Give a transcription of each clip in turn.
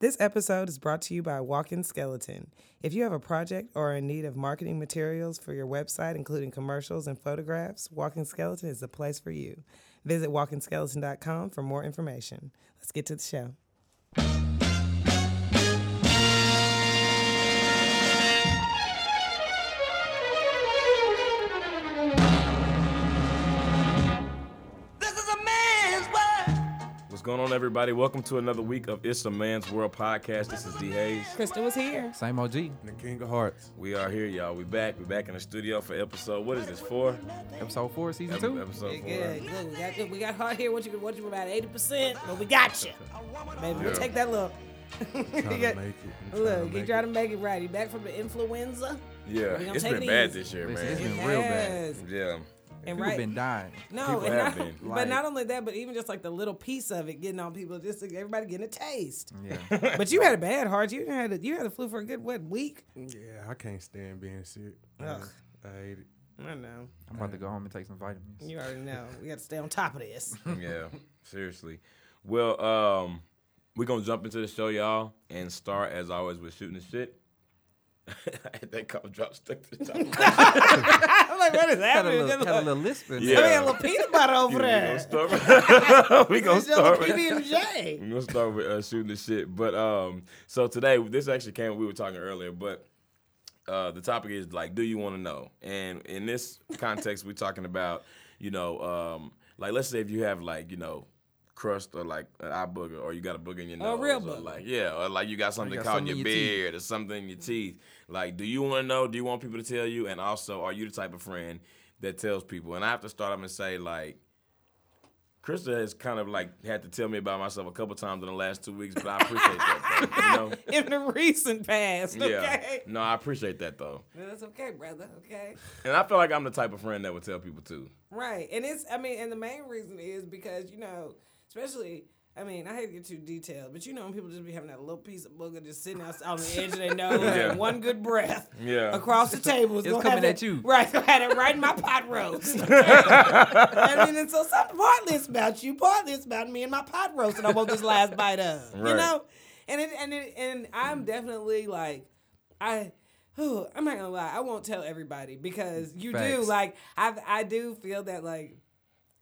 This episode is brought to you by Walking Skeleton. If you have a project or are in need of marketing materials for your website, including commercials and photographs, Walking Skeleton is the place for you. Visit walkingskeleton.com for more information. Let's get to the show. This is a man's world. What's going on, everybody? Welcome to another week of It's a Man's World podcast. This is D Hayes. Crystal was here. Same OG. The King of Hearts. We are here, y'all. We back. We back in the studio for episode. What is this for? Episode four, season two. Episode Good, good. four. We got good. We got hard here. What you what you about eighty percent? But we got you, baby. We'll Yeah. take that look. Trying Yeah. to make it. I'm trying to Look, you make trying to it. make it right. You back from the influenza? Yeah, We gonna it's take been it bad easy. this year, Listen, it's man. been real bad. Yes. Yeah, And People right. been dying. No, and have not, been. but Like- not only that, but even just like the little piece of it getting on people, just like everybody getting a taste. Yeah. But you had a bad heart. You had a, you had the flu for a good what week? Yeah, I can't stand being sick. Ugh. I hate it. I know. I'm about to go home and take some vitamins. You already know. We got to stay on top of this. yeah. Seriously. Well, um, we're gonna jump into the show, y'all, and start as always with shooting the shit. I had that cough drop stuck to the top. of my- I'm like, what is Had a happening? little, Just had a like- little lisp in Yeah. there. I mean, a little peanut butter over there. we gonna It's just a start with PB&J. We're gonna start with uh, shooting the shit. But um, so today, this actually came. We were talking earlier, but uh, the topic is like, do you want to know? And in this context, we're talking about, you know, um, like let's say if you have like, you know. Crust or like an eye booger, or you got a booger in your A nose, real or booger. like yeah, or like you got something got caught in something your, in your teeth. beard or something in your teeth. Like, do you want to know? Do you want people to tell you? And also, are you the type of friend that tells people? And I have to start up and say like, Krista has kind of like had to tell me about myself a couple times in the last two weeks, but I appreciate that. Though, in the recent past. you know? Yeah. Okay. No, I appreciate that though, That's okay, brother. Okay. and I feel like I'm the type of friend that would tell people too. Right. And it's, I mean, and the main reason is because, you know, especially, I mean, I hate to get too detailed, but you know, when people just be having that little piece of booger just sitting out on the edge of their nose, Yeah. and one good breath Yeah. across the table is It's gonna coming have at it, you. Right. I had it right in my pot roast. I mean, and so some, partly it's about you, partly it's about me and my pot roast that I want this last bite of. You Right. know? And it, and it, and I'm definitely like, I, whew, I'm not gonna lie, I won't tell everybody because you do Facts. like I I do feel that like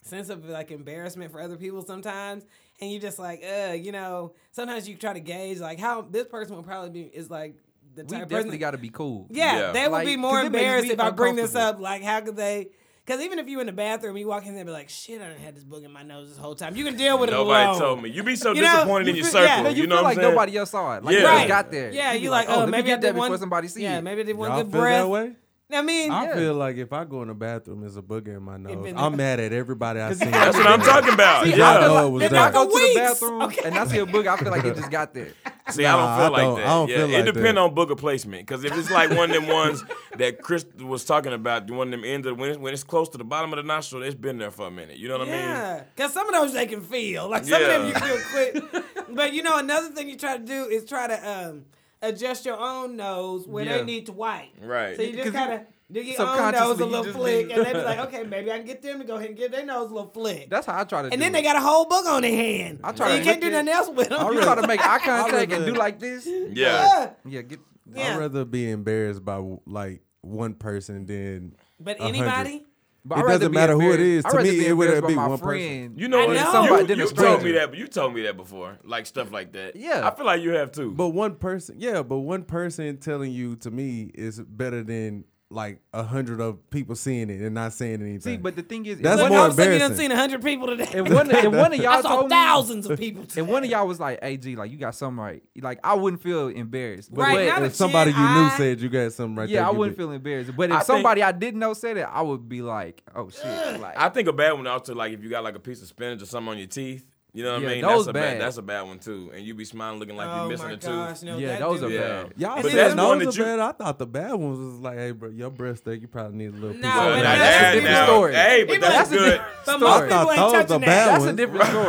sense of like embarrassment for other people sometimes, and you just like uh you know sometimes you try to gauge like how this person will probably be is like the We type of person definitely got to be cool. yeah, Yeah. they would Like, be more 'cause it makes embarrassed me if I bring this up. uncomfortable. Like, how could they? Because even if you in the bathroom, you walk in there and be like, shit, I done had this book in my nose this whole time. You can deal with Nobody it alone. told me. You be so You know, disappointed in you your feel- yeah, circle. no, You, you, know feel what like I'm saying? nobody else saw it. Like Yeah. you just Right. got there. Yeah, You be you like, oh, let me maybe get I that did one. before somebody see yeah, it. maybe I did one Y'all good feel breath. that way? I mean, I Yeah. feel like if I go in the bathroom, there's a booger in my nose. been- I'm mad at everybody I see. That's what I'm talking about. See, yeah. I feel know like- it was if that. I go to the Weeks. bathroom and I see a book, I feel like it just got there. See, I don't feel Nah, I don't- like I that. don't Yeah, feel it like that. depend on booger placement. Because if it's like one of them ones that Chris was talking about, one of them ends of when it's, when it's close to the bottom of the nostril, it's been there for a minute. You know what I mean? Yeah, because some of those they can feel. Like some of them you Yeah. can do it quick. but you know, another thing you try to do is try to um, adjust your own nose where Yeah. they need to wipe. Right. So you just 'Cause you- kind of do your own nose subconsciously a you little just flick, be- and they be like, okay, maybe I can get them to go ahead and get their nose a little flick. That's how I try to. and do then it. they got a whole book on their hand. I So try you to can't do look nothing at- else with them. You try to make eye contact and really- do like this. Yeah. Yeah, get. Yeah. I'd rather be embarrassed by like one person than. But A hundred. anybody, But It I'd rather doesn't be matter who it embarrassed- is. I'd To rather me, be it would embarrassed be by my one person. friend. You know, I what? know. Somebody- you, then a you told me stranger. that. You told me that before, like stuff like that. Yeah. I feel like you have too. But one person, yeah, but one person telling you to me is better than like a hundred of people seeing it and not saying anything. See, but the thing is, That's when if one, more all of a sudden you done embarrassing. seen hundred people today, if one, if one of I y'all saw told me, thousands of people. Today. and one of y'all was like, "Hey, G, like you got something right," like I wouldn't feel embarrassed. But Right, what- not if a somebody chin, you knew eye. said you got something right there, yeah, I you wouldn't be- feel embarrassed. But if I think- somebody I didn't know said it, I would be like, "Oh shit!" Like, I think a bad one also like if you got like a piece of spinach or something on your teeth. You know what Yeah, I mean? those that's a bad. That's a bad one too. And you be smiling, looking like oh you're missing my a gosh, tooth. no, Yeah, that those dude- are Yeah. bad. Y'all But that's said those the one that are you- bad. I thought the bad ones was like, hey, bro, your breast steak, you probably need a little piece. No, of but Well, now that. that's that- a different now- story. Hey, but People that's that's a good. different But story. most I people thought ain't those touching the that. bad That's a ones. different story.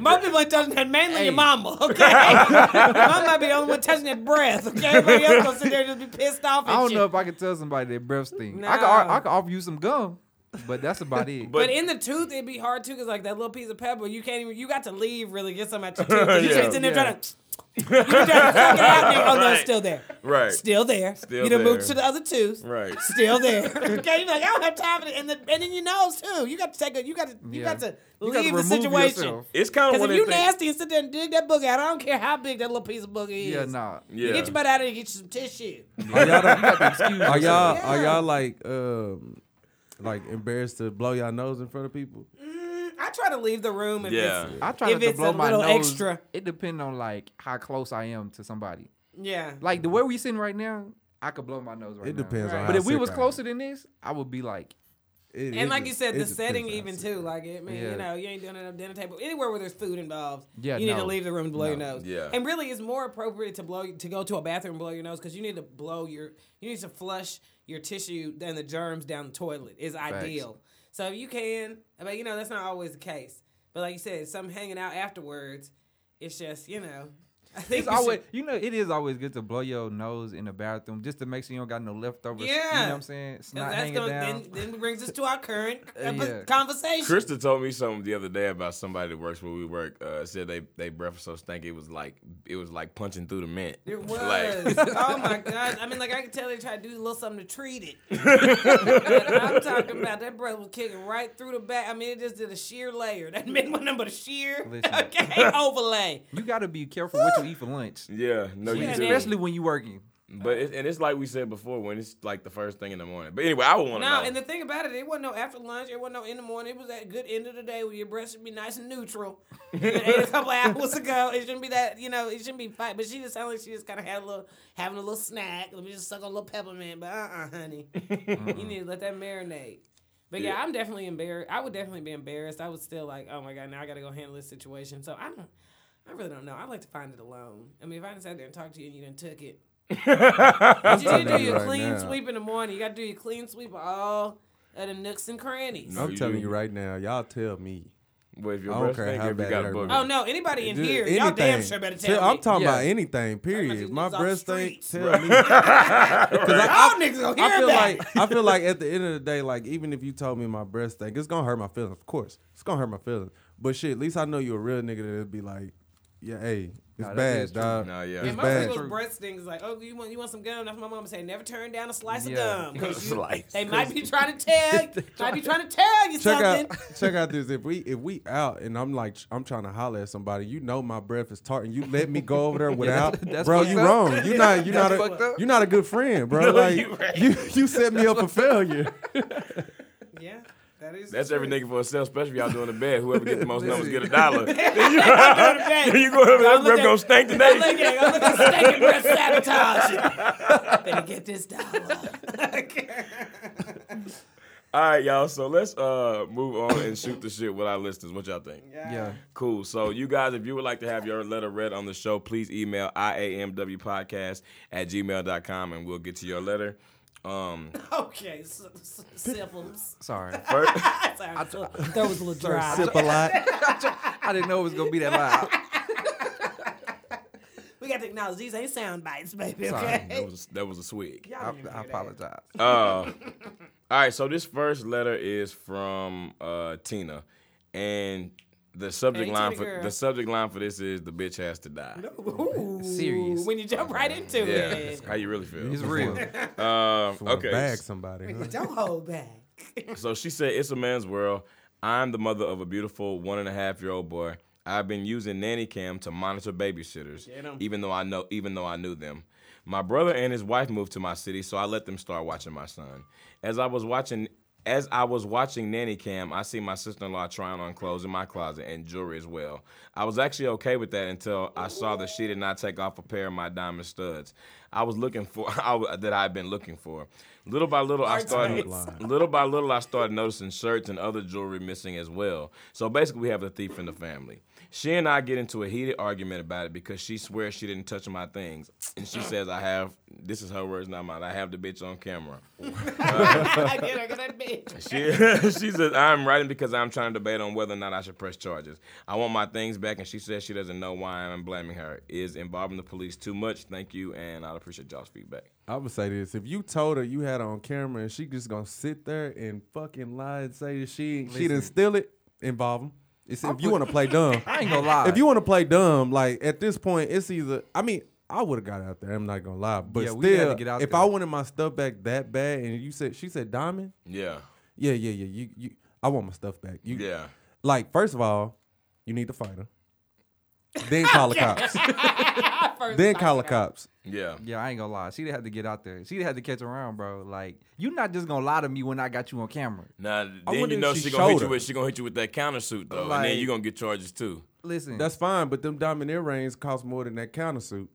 Most people ain't touching that. Mainly Hey. your mama. Okay, mama might be the only one touching that breath. Okay, everybody else gonna sit there and just be pissed off. And I don't shit. know if I could tell somebody their breath stink. I could I, No. I could offer you some gum, but that's about it. But- But in the tooth, it'd be hard too, cause like that little piece of pepper, you can't even. You got to leave really get some out your tooth. You Yeah. just sitting there Yeah. trying to. You done took it out there. Oh, no, Right. it's still there. Right. Still there. Still you done there. moved to the other two. Right. Still there. okay, you're like, I don't have time for it. And, the, and then your nose, too. You got to take a, you got to, you Yeah. got to You gotta leave the remove situation. yourself. It's kind of Because if one of you the things. nasty and sit there and dig that booger out, I don't care how big that little piece of booger is. Yeah, nah. Yeah. Get your butt out of there and get you some tissue. Are y'all, Excuse are yourself. y'all, Yeah. are y'all like, um, like embarrassed to blow y'all nose in front of people? I try to leave the room if Yeah. it's, I try if not to it's blow a my little nose. extra. It depends on like how close I am to somebody. Yeah. Like the way we sitting right now, I could blow my nose right It now. depends on Right. how But if we sick was I am. closer than this, I would be like, It- it And like you just- said, it the just setting depends on even how too, like it, man, Yeah. you know, you ain't doing it at a dinner table. Anywhere where there's food involved, Yeah, you need to no. leave the room to blow your No. nose. Yeah. and really, it's more appropriate to blow to go to a bathroom and blow your nose because you need to blow your you need to flush your tissue and the germs down the toilet is ideal. So if you can, but you know that's not always the case. But like you said, some hanging out afterwards, it's just you know, I think it's we should- always you know it is always good to blow your nose in the bathroom just to make sure you don't got no leftover. Yeah. you Yeah. know what I'm saying? and Snot that's hanging gonna, down. Then, then brings us to our current uh, Yeah. conversation. Krista told me something the other day about somebody that works where we work. Uh, said they they breath was so stinky it was like it was like punching through the mint. It was. Like, oh my god! I mean, like I could tell they tried to do a little something to treat it. but I'm talking about that breath was kicking right through the back. I mean, it just did a sheer layer. That meant one number of sheer Listen. okay overlay. you gotta be careful what you eat for lunch. yeah, no, you Yeah, do. Especially when you working. But it, and it's like we said before when it's like the first thing in the morning. But anyway, I would want to No, know. and the thing about it, it wasn't no after lunch. It wasn't no in the morning. It was that good end of the day where your breath should be nice and neutral. You ate a couple hours ago. It shouldn't be that. You know, it shouldn't be fight. But she just sounded like she just kind of had a little, having a little snack. Let me just suck on a little peppermint. But uh, uh honey, you need to let that marinate. But yeah, Yeah. I'm definitely embarrassed. I would definitely be embarrassed. I was still like, oh my god, now I got to go handle this situation. So I don't. I really don't know. I like to find it alone. I mean, if I just sat there and talked to you and you didn't took it, but you need to do telling you your right clean now. sweep in the morning. You got to do your clean sweep of all of the nooks and crannies. No. I'm You telling do. you right now, y'all tell me. but if your I don't breath care stinky, how if you bad got it a hurt. booger. Oh no! Anybody in Just here, y'all damn anything. sure better Tell- tell I'm me. talking about Yeah. anything, period. you My was off breath the stink. streets. Tell me. 'Cause I, Y'all niggas gonna I hear feel that. like I feel like at the end of the day, like even if you told me my breast stink, it's gonna hurt my feelings. Of course, it's gonna hurt my feelings. But shit, at least I know you're a real nigga that'll be like, yeah, hey, it's Nah, that bad, is true. Oh, dog. Nah, yeah. it's and it's most bad. people's breast thing is like, oh, you want you want some gum? That's what my mom say. Never turn down a slice Yeah. of gum. 'cause you- Slice. They might be trying to tell, might be trying to tell you Check something. out, check out this. If we if we out and I'm like I'm trying to holler at somebody, you know my breath is tart, and you let me go over there without, that's bro. fucked You up. wrong. You not you not That's fucked a up. you not a good friend, bro. like you, you set me up for failure. Yeah, that is. That's true. every nigga for himself, especially if y'all doing the bed. Whoever gets the most numbers get a dollar. Go to bed. you go over Don't that look breath at- gonna stink Don't look today. at- don't look at stinking breath sabotage. Better get this dollar. All right, y'all. So let's uh move on and shoot the shit with our listeners. What y'all think? Yeah. Cool. So, you guys, if you would like to have your letter read on the show, please email iamwpodcast at gmail.com and we'll get to your letter. Um, Okay, s- s- sipples. Sorry. first, Sorry, that was a little dry. Sip a lot. I didn't know it was gonna be that loud. We got to acknowledge these ain't sound bites, baby. Sorry. Okay. that, was, that was a swig. Y'all I, didn't even I hear that. apologize. Uh, all right. So, this first letter is from uh, Tina. And the subject Hey, line Tina for girl. the subject line for this is the bitch has to die. Ooh, Serious. When you jump right into Yeah, it, how you really feel. It's real. Um, Wanna okay, Bag somebody. huh? don't hold back. So she said, It's a man's world. I'm the mother of a beautiful one and a half year old boy. I've been using nanny cam to monitor babysitters, even though I know even though I knew them. My brother and his wife moved to my city, so I let them start watching my son. As I was watching as I was watching Nanny Cam, I see my sister in law trying on clothes in my closet and jewelry as well. I was actually okay with that until I saw that she did not take off a pair of my diamond studs. I was looking for that I had been looking for. Little by little, I started little by little I started noticing shirts and other jewelry missing as well. So basically, we have a thief in the family. She and I get into a heated argument about it because she swears she didn't touch my things, and she says I have. This is her words, not mine. I have the bitch on camera. I get her, 'cause that bitch. She, she says, I'm writing because I'm trying to debate on whether or not I should press charges. I want my things back, and she says she doesn't know why I'm blaming her. Is involving the police too much? Thank you, and I'd appreciate y'all's feedback. I would say this: if you told her you had it on camera and she just gonna sit there and fucking lie and say that she she didn't steal it, involve them. It's if you want to play dumb. I ain't gonna lie. If you want to play dumb, like at this point, it's either. I mean, I would have got out there. I'm not gonna lie, but Yeah, still, we had to get out if there. I wanted my stuff back that bad, and you said she said diamond, Yeah. yeah, yeah, yeah. You, you, I want my stuff back. You, Yeah. Like first of all, you need to fight her. Then call the cops. then call the cops. Yeah. Yeah, I ain't gonna lie. She had to get out there. She had to catch around, bro. Like, you're not just gonna lie to me when I got you on camera. Now then wonder you if know she she, gonna hit you showed her. with she gonna hit you with that countersuit though, and Like- then you gonna get charges too. Listen, That's fine, but them diamond earrings cost more than that counter suit.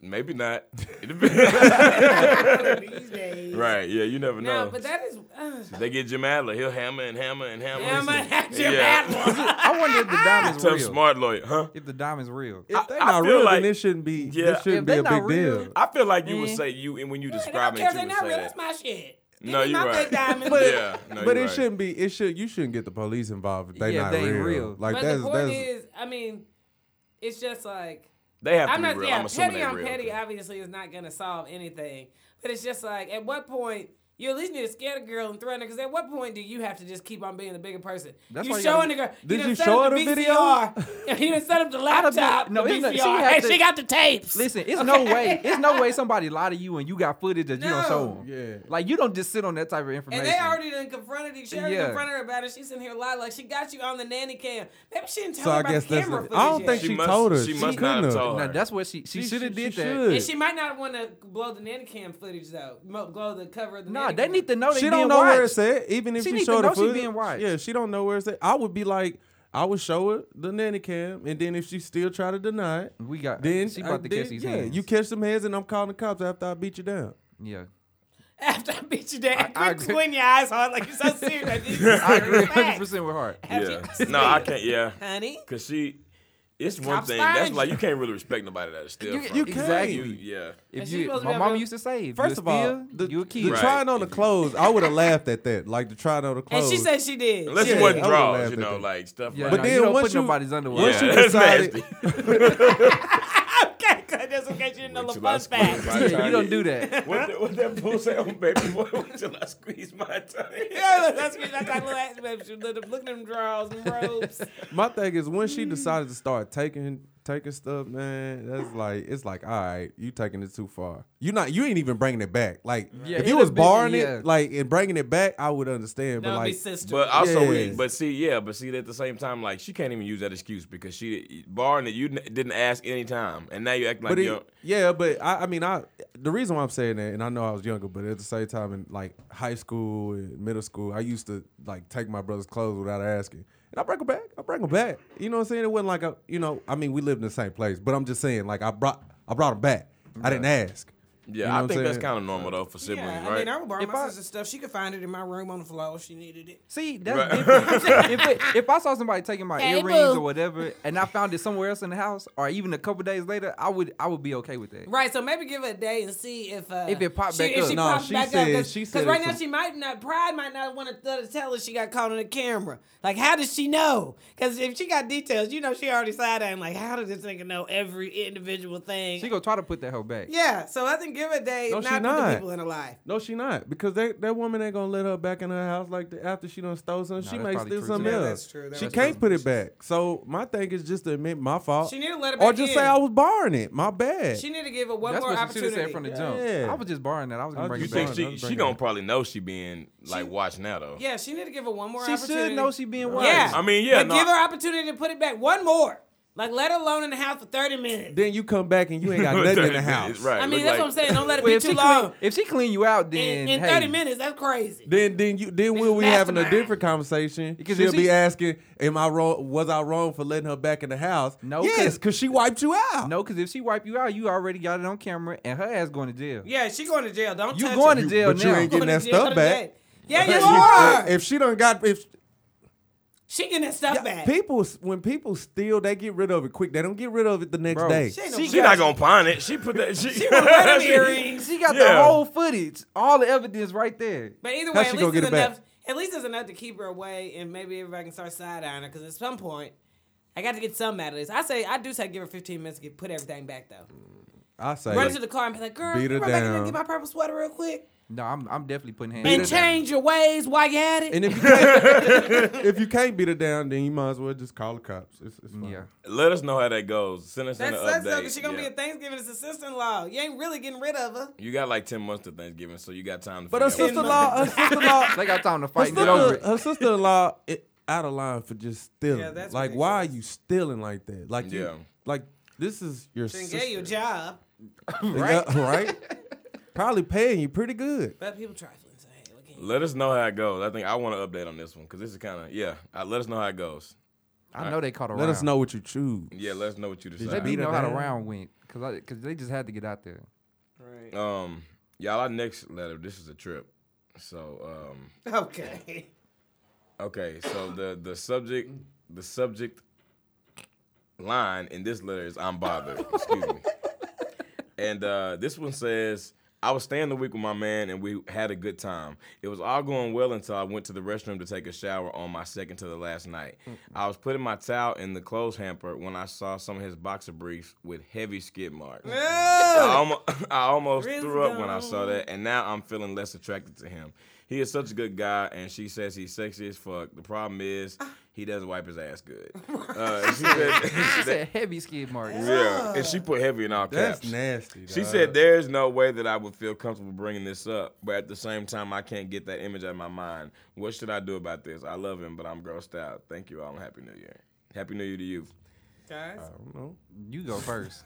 Maybe not. It depends. These days. right? Yeah, you never No, know. but that is. Uh, they get Jim Adler. He'll hammer and hammer and hammer. Hammer at Jim Adler. I wonder if the diamond's Tough real. smart lawyer, huh? If the diamond's real, If they I not feel real, like- then this shouldn't be. Yeah. this If shouldn't they be a not big real- deal. I feel like you would say you, and when you Mm-hmm. I don't describe it, care if you they're would not say real. That's that. my shit. Give No, me you're my right. fake diamond. Yeah, no, but it you're right. shouldn't be. It should. You shouldn't get the police involved. If they Yeah, if not they ain't real. real. Like But that's the point that's. is, I mean, it's just like They have to I'm be not. real. Yeah, I'm assuming petty they're on real. petty obviously is not gonna solve anything. But it's just like at what point. You at least need to scare the girl and threaten her, because at what point do you have to just keep on being the bigger person? That's you why you showing gotta- the girl. Did done you set show up her the video? VCR. you done set up the have been- laptop. no, the it's not- she VCR, had and to- she got the tapes. listen, it's no way. It's no way somebody lie to you and you got footage that you don't show No. 'em. Yeah. like you don't just sit on that type of information. And they already done confronted each other, Yeah. confronted her about it. She's in here lying like she got you on the nanny cam. Maybe she didn't tell So her I about guess the that's. camera the- footage. I don't think yet. She she must- told her. she must not have couldn't told Now, her. that's what she she She should have should- did she that. should. And she might not want to blow the nanny cam footage though. Mo- Blow the cover of the Nah, nanny they cam. need to know. They She being don't know where watched. it's at. Even if She she, need to showed know her she footage, being watched. yeah, she don't know where it's at. I would be like, I would show her the nanny cam, and then if she still try to deny it, We got. then she I- about to catch then, these yeah, hands. you catch some heads, and I'm calling the cops after I beat you down. yeah. After I beat you down, I quit agree. squinting your eyes hard like you're so serious. Like, this is I agree serious facts. 100 percent with her. Yeah. After- no, I can't. Yeah, Honey, cause she. It's one Cops thing. find That's you. like you can't really respect nobody that is still. You- from. you can't. You- yeah. If And she you, supposed to my be mama able- used to say, if First you of all, steal, the, you a the kid. Right. trying on the clothes, I would have laughed at that. Like the trying on the and clothes. Oh. she said she did. Unless Yeah, it wasn't I would've draws, laughed you at know, that. like stuff. Yeah, like But no, then you don't once put you- nobody's underwear. once on. you Yeah, that's decided- nasty. okay, good. That's okay. She didn't know the Wait till I fun squint fact. my Yeah, tongue. you don't do that. What, the, what that fool "Oh, say on baby boy? Wait till I squeeze my tongue. Yeah, that's good. That's like little ass baby. She looked- Look at them drawers and robes. My thing is when she decided to start taking taking stuff, man. That's like it's like all right, you taking it too far. You not you ain't even bringing it back. Like Yeah, if it you was a bit- borrowing yeah. it, like and bringing it back, I would understand. Don't but be like sister. But also, we- Yes. but see, yeah, but see, at the same time, like she can't even use that excuse because she barring that you n- didn't ask any time, and now you acting like But you it- don't. yeah, but I, I mean, I the reason why I'm saying that, and I know I was younger, but at the same time, in like high school and middle school, I used to like take my brother's clothes without asking, and I bring them back. I bring them back. You know what I'm saying? It wasn't like a, you know, I mean, we lived in the same place, but I'm just saying, like I brought, I brought them back. I didn't ask. Yeah, You know I what I'm think that's saying? Uh, kind of normal though for siblings, yeah, I right? mean, I would borrow If my I- sister's stuff. She could find it in my room on the floor if she needed it. See, that's different. if, it, if I saw somebody taking my Hey, earrings boo. or whatever, and I found it somewhere else in the house, or even a couple days later, I would I would be okay with that. Right, so maybe give it a day and see if uh, If it pop she, back If up. she No, pops she back said- up, she because said right now some- she might not. Pride might not want to tell her she got caught on the camera. Like, how does she know? Because if she got details, you know, she already side eyeing. Like, how does this nigga know every individual thing? She gonna try to put that hoe back. yeah, so I think give it a day. No, and she not, put the not. people in her life. No, she not because that that woman ain't gonna let her back in her house like that after she done stole something. she that's may probably steal true, something too. else. Yeah, that's true. That she was can't put it back. So my thing is just to admit my fault. She need to let it or back just in. say I was borrowing it. My bad. She need to give her one That's more what she should opportunity. have said from the jump. Yeah. I was just borrowing that. I was gonna I bring you it just- think back. she Bro, don't she bring it don't up. probably know she being like watched now though? yeah, she need to give her one more She opportunity. should know she being watched. Yeah, I mean, yeah, but no, give her opportunity to put it back one more. Like, let her alone in the house for thirty minutes. then you come back and you ain't got nothing in the house. right? I mean, look that's like- what I'm saying. Don't let it Well, be if, too she long. clean, if she clean you out, then in, in hey, 30 minutes. That's crazy. Then then you then we'll be having a mastermind. different conversation. Because if She'll she- be asking, "Am I wrong? Was I wrong for letting her back in the house?" No, yes, 'cause- because she wiped you out. No, because if she wipe you out, you already got it on camera, and her ass going to jail. Yeah, she going to jail. Don't You touch going her. to jail but now. you ain't getting Going that to jail stuff today. back. Yeah, you If- are. If she done got if she getting that stuff back. people when people steal, they get rid of it quick. They don't get rid of it the next Bro, day. she ain't no She bitch. not gonna pawn it. She put that. She, she She wearing them earrings. She got the Yeah. whole footage, all the evidence right there. But either How way, she at gonna least, get it's it back? enough, at least it's enough to keep her away, and maybe everybody can start side eyeing her. Because at some point, I got to get some out of this. I say, I do say, give her 15 minutes to get put everything back though. I say Run to the car and be like, "Girl, Beat you her run back in there down. and get my purple sweater real quick." No, I'm I'm definitely putting hands. And down. change your ways while you're at it. And if you can't, if you can't beat it down, then you might as well just call the cops. It's, it's fine. Yeah. Let us know how that goes. Send us That's an sucks though, update. 'cause she gonna Yeah. be at Thanksgiving as a sister-in-law. You ain't really getting rid of her. you got like ten months to Thanksgiving, so you got time. To But her figure out sister what- in law, her sister in law, They got time to her fight. and Get over sister, it. her sister in law, out of line for just stealing. Yeah, that's like, why are you stealing like that? Like, you, Yeah. like this is your She didn't sister, get you a job. right? right? Probably paying you pretty good. But people trifling. So hey, what can you- Let us know how it goes. I think I want an update on this one because this is kind of yeah. Uh, let us know how it goes. I know they caught a Let us know what you choose. Yeah, let us know what you They decide. beat didn't her know how the down? round went because because they just had to get out there. Um, y'all, our next letter. This is a trip. So um, Okay. Okay, so the the subject the subject line in this letter is I'm bothered. Excuse me. And uh, this one says, I was staying the week with my man and we had a good time. It was all going well until I went to the restroom to take a shower on my second to the last night. I was putting my towel in the clothes hamper when I saw some of his boxer briefs with heavy skid marks. I almost, I almost threw up when I saw that, and now I'm feeling less attracted to him. He is such a good guy, and she says he's sexy as fuck. The problem is he doesn't wipe his ass good. Uh, she She said, said heavy skid marks. yeah, and she put heavy in all caps. That's nasty. She dog. said, "There's no way that I would feel comfortable bringing this up, but at the same time, I can't get that image out of my mind. What should I do about this? I love him, but I'm grossed out. Thank you all. and Happy New Year. Happy New Year to you. Guys, Oh. I don't know. You go first.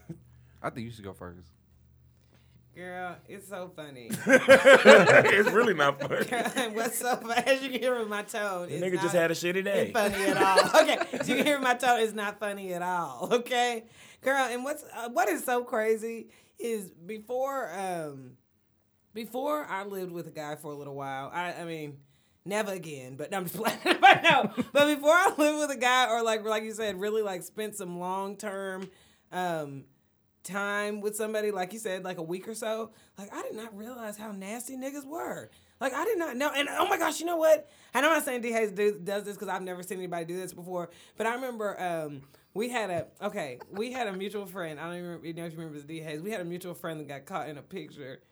I think you should go first. girl, it's so funny. it's really not funny. What's so funny? As you can hear with my tone, it's Nigga not- just had a shitty day. funny at all. Okay, so you can hear my tone. It's not funny at all. Okay, girl. And what's uh, what is so crazy is before um before I lived with a guy for a little while. I I mean. Never again, but I'm just playing. but no, but before I lived with a guy, or like like you said, really like spent some long term um, time with somebody, like you said, like a week or so, like I did not realize how nasty niggas were. Like I did not know. And oh my gosh, you know what? And I'm not saying D Hayes do, does this because I've never seen anybody do this before. But I remember um, we had a okay, we had a mutual friend. I don't even remember, you know if you remember D Hayes. We had a mutual friend that got caught in a picture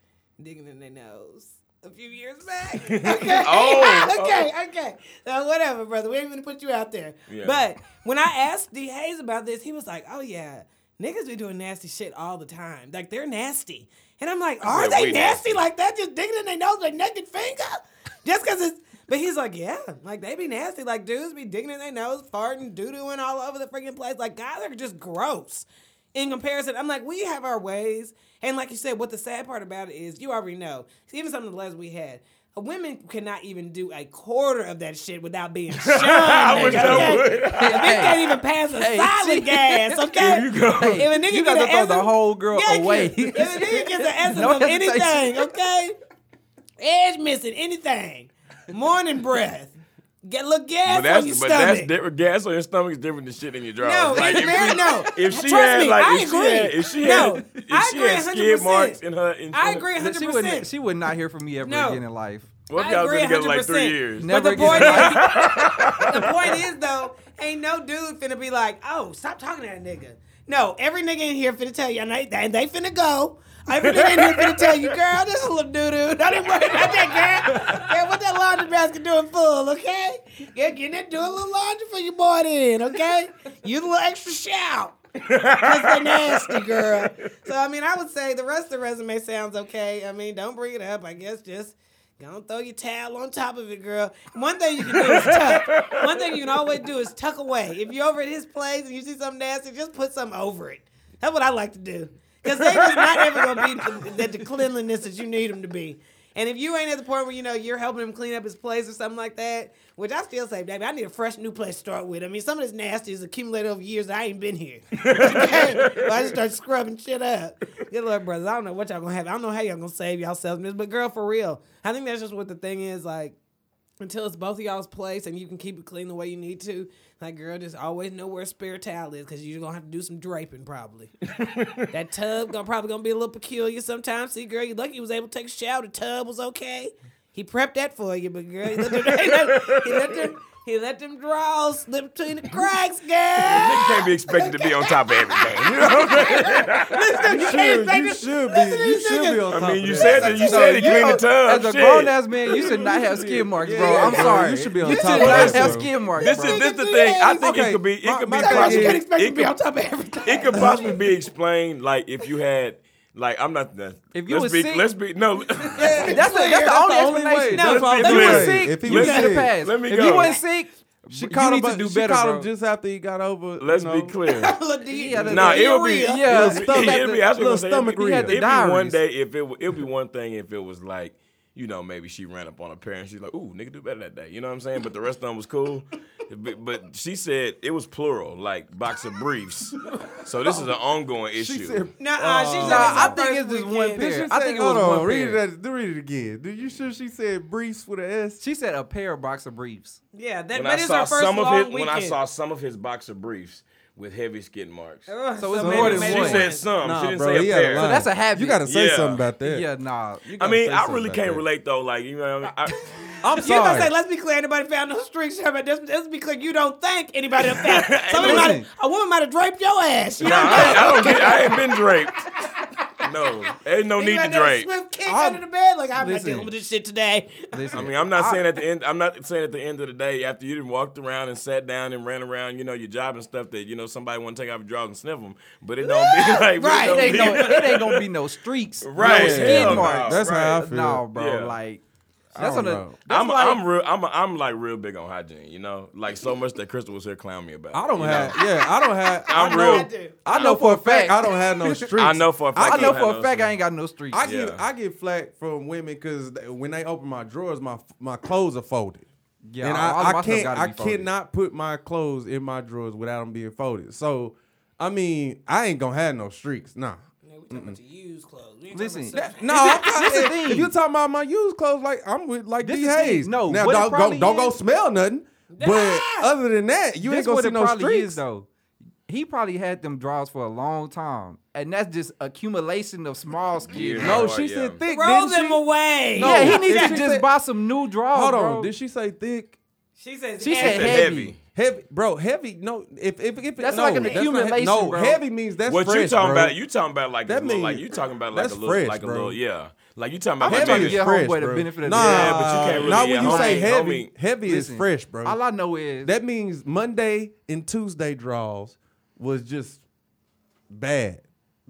digging in their nose. A few years back. Okay. Oh, okay. Okay. So whatever, brother. We ain't gonna put you out there. Yeah. But when I asked D Hayes about this, he was like, "Oh yeah, niggas be doing nasty shit all the time. Like they're nasty." And I'm like, "Are said, they "We nasty, nasty." like that? Just digging in their nose with a naked finger? Just because it's." But he's like, "Yeah, like they be nasty. Like dudes be digging in their nose, farting, doo dooing all over the freaking place. Like guys are just gross." In comparison, I'm like, we have our ways. And like you said, what the sad part about it is, you already know, even some of the les we had, women cannot even do a quarter of that shit without being shunned. I wish I would. a bitch can't even pass a solid gas, okay? Here you go. If a nigga You get gotta an throw the essence- whole girl Yeah, away. If a nigga gets an essence No of hesitation. anything, okay? Edge missing anything. Morning breath. Get a little gas But that's on your but stomach. that's different. Gas on your stomach is different than shit in your drawers. No, it's very- she, no. If she Trust had me, like I if agree. she had if she No, had if I she agree had skid 100%. marks in her in I agree She would 100%. she would not hear from me ever No. again in life. What I y'all agree been together like 100%. three years? Never but the again. point, is, the point is though, ain't no dude finna be like, oh, stop talking to that nigga. No, every nigga in here finna tell you, and they, and they finna go. Every nigga in here finna tell you, girl, this is a little doo doo. Don't even worry about that, girl. Yeah, what that laundry basket doing full, okay? Yeah, get in there, do a little laundry for your boy then, okay? Use a little extra shout. Cause they're nasty, girl. So I mean, I would say the rest of the resume sounds okay. I mean, don't bring it up. I guess just don't throw your towel on top of it, girl. One thing you can do is tuck. One thing you can always do is tuck away. If you're over at his place and you see something nasty, just put something over it. That's what I like to do. Cause they just not ever gonna be the, the, the cleanliness that you need them to be. And if you ain't at the point where you know you're helping him clean up his place or something like that, which I still say, baby, I need a fresh new place to start with. I mean, some of this nasty is accumulated over years. that I ain't been here. Well, I just start scrubbing shit up. Good lord, brothers. I don't know what y'all gonna have. I don't know how y'all gonna save yourselves, miss. But girl, for real, I think that's just what the thing is. Like, until it's both of y'all's place and you can keep it clean the way you need to, like, girl, just always know where a spare towel is because you're gonna have to do some draping probably. that tub gonna probably gonna be a little peculiar sometimes. See, girl, you lucky you was able to take a shower. The tub was okay. He prepped that for you, but girl, he left her. he left her, He let them draws slip between the cracks, girl. Nigga can't be expected to be on top of everything. You know what I'm saying? You should, you should be. You should be on top I mean, of you that. said that. You said it. You Clean the know, tub. As a Shit. grown ass man, you should not have skin marks, bro. yeah, I'm bro. sorry. You should be on You top should of not that, have bro. skin marks, This bro. is this the thing. I think Okay, it could be. It my- could my be. thing Why you is- can't possibly- expect It to be could on top of everything? It could possibly be explained like if you had like I'm not. If If you let's was be, sick- let's be no. that's, the, that's the That's the only only way. explanation. That's what I'm if you saying. were sick, If he you was got a sick. pass. Let me If you go. wasn't sick, She you caught need him. to do she better, caught bro. him just after he got over. Let's you be know. clear. Look, the- Yeah, the Nah, it would be. diarrhea. Yeah, it'll stuff be. at It'll the- be, I was little gonna say, stomach it'd be, rib. it'd be Diaries. one day if it w- it'd be one thing if it was like you know maybe she ran up on her parents. She's like, ooh, nigga, do better that day. You know what I'm saying? But the rest of them was cool. But, but she said it was plural, like box of briefs. So this is an ongoing issue. said- Nuh-uh, she said Nah, I it's her think it's first just one weekend. pair. She I said- think it was hold on, one read pair. that. Read it again. Did you sure she said briefs with an S? She said a pair of boxer briefs. Yeah, that, When but I it's saw her first some of long his weekend. when I saw some of his boxer briefs with heavy skid marks. Ugh, So it's maybe- more than maybe She one. said some. um, she didn't say a he had pair. line. that's a habit. You gotta say Yeah. something about that. Yeah, nah. you I gotta mean, say I something really about can't that. relate though. Like you know, what I mean? I, I'm You're gonna say, sorry. let's be clear, anybody found on the streets. Everybody, let's, let's be clear, you don't thank anybody up there. Somebody listen. might, a woman might have draped your ass. You nah, know? I, I don't. Get, I ain't been draped. No, ain't no You need to might have drape. Swift kick I'm- under the bed. Like, I'm not Listen. dealing with this shit today. Listen, I mean, I'm not saying at the end. I'm not saying at the end of the day, after you didn't walked around and sat down and ran around, you know, your job and stuff, that you know somebody want to take off your drawers and sniff them. But it don't be like but Right, It don't it ain't, be- no, it ain't gonna be no streaks, Right, No hell skin no. marks. That's how I Right. feel. No, bro. Yeah. Like I that's don't what know. that's I'm, why- I'm real. I'm, I'm like real big on hygiene. You know, like so much that Crystal was here clowning me about. I don't you have. know? Yeah, I don't have. I'm I know, real. I do. I know for a fact I don't have no streaks. I know for a fact. I you know don't have for a no fact I sense. ain't got no streaks. I get Yeah. I get flack from women because when they open my drawers, my my clothes are folded. Yeah, and all I, my I stuff can't gotta I be folded. cannot put my clothes in my drawers without them being folded. So, I mean, I ain't gonna have no streaks. Nah. Man, we talking about to use clothes. We ain't Listen, talking about No, I'm That's the thing. If you're talking about my used clothes, like I'm with like This D the thing. Hayes. No, now what it don't probably go don't go is- smell nothing. But other than that, you This ain't gonna what see it no probably streaks. is though. He probably had them draws for a long time, and that's just accumulation of small skin. Yeah. No, No, Oh, she yeah. said thick. Throw didn't them she? away. No. yeah, he needs Yeah, to she just said- buy some new draws. Hold Oh, bro. on, did she say thick? She says, She She said said heavy. heavy. Heavy, bro. Heavy. No, if if, if That's no, like an not he- accumulation, no, bro. heavy means that's What fresh, you talking bro. about? You talking about like That a little, like mean- you talking about like a that's little, fresh, like bro. a little, yeah. Like you talking about I'm like trying to you- get fresh, homeboy the bro. benefit of the nah, doubt. Yeah, but you can't really- Not when yeah, you say homie, heavy. homie. Heavy Listen, is fresh, bro. All I know is that means Monday and Tuesday draws was just bad.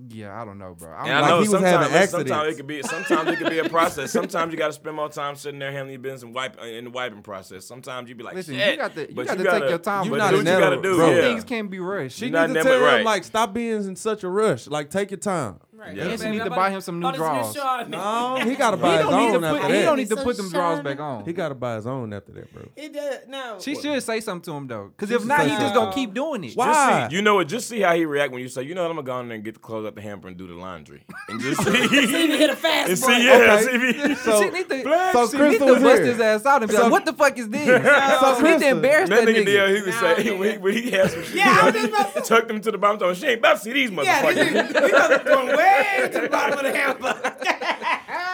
yeah, I don't know, bro. I And don't I Like know he was having sometimes, it- sometimes accidents. it could be sometimes it could be a process. Sometimes you got to spend more time sitting there handling your business and wipe uh, in the wiping process. Sometimes you be like, Listen, Shit, you got to- you but got to you take gotta- your time You with got it. do what you Not got to in do. that yeah. order. things can be rushed. She She, not needs to never tell right. him like, stop being in such a rush. Like, take your time. Right. Yeah. And she Baby, need to I'm buy about him some new oh, this drawers. shawty. No, he gotta he buy his don't need own to put after he don't that. need to put them draws back on. He gotta buy his own after that, bro. It does, no. She should say something to him though, because She if should not, say he just something. gonna keep doing it. Why? Just see, you know what? Just see how he react when you say, you know what? I'm gonna go in there and get the clothes out the hamper and do the laundry, and just She see, hit a fast and break. see, yeah, Okay. see if he- So- she need to, Black- so she need Crystal to was bust here. his ass out and be So- like, "What the fuck is this?" so we need to Crystal- embarrass that, That nigga nigga. did. He would say Nah, he, he, he had some shit. Yeah, I was just about to say- Tucked them to the bottom. told him, She ain't about to see these Yeah, motherfuckers. this is, we must going way to the bottom of the hamper.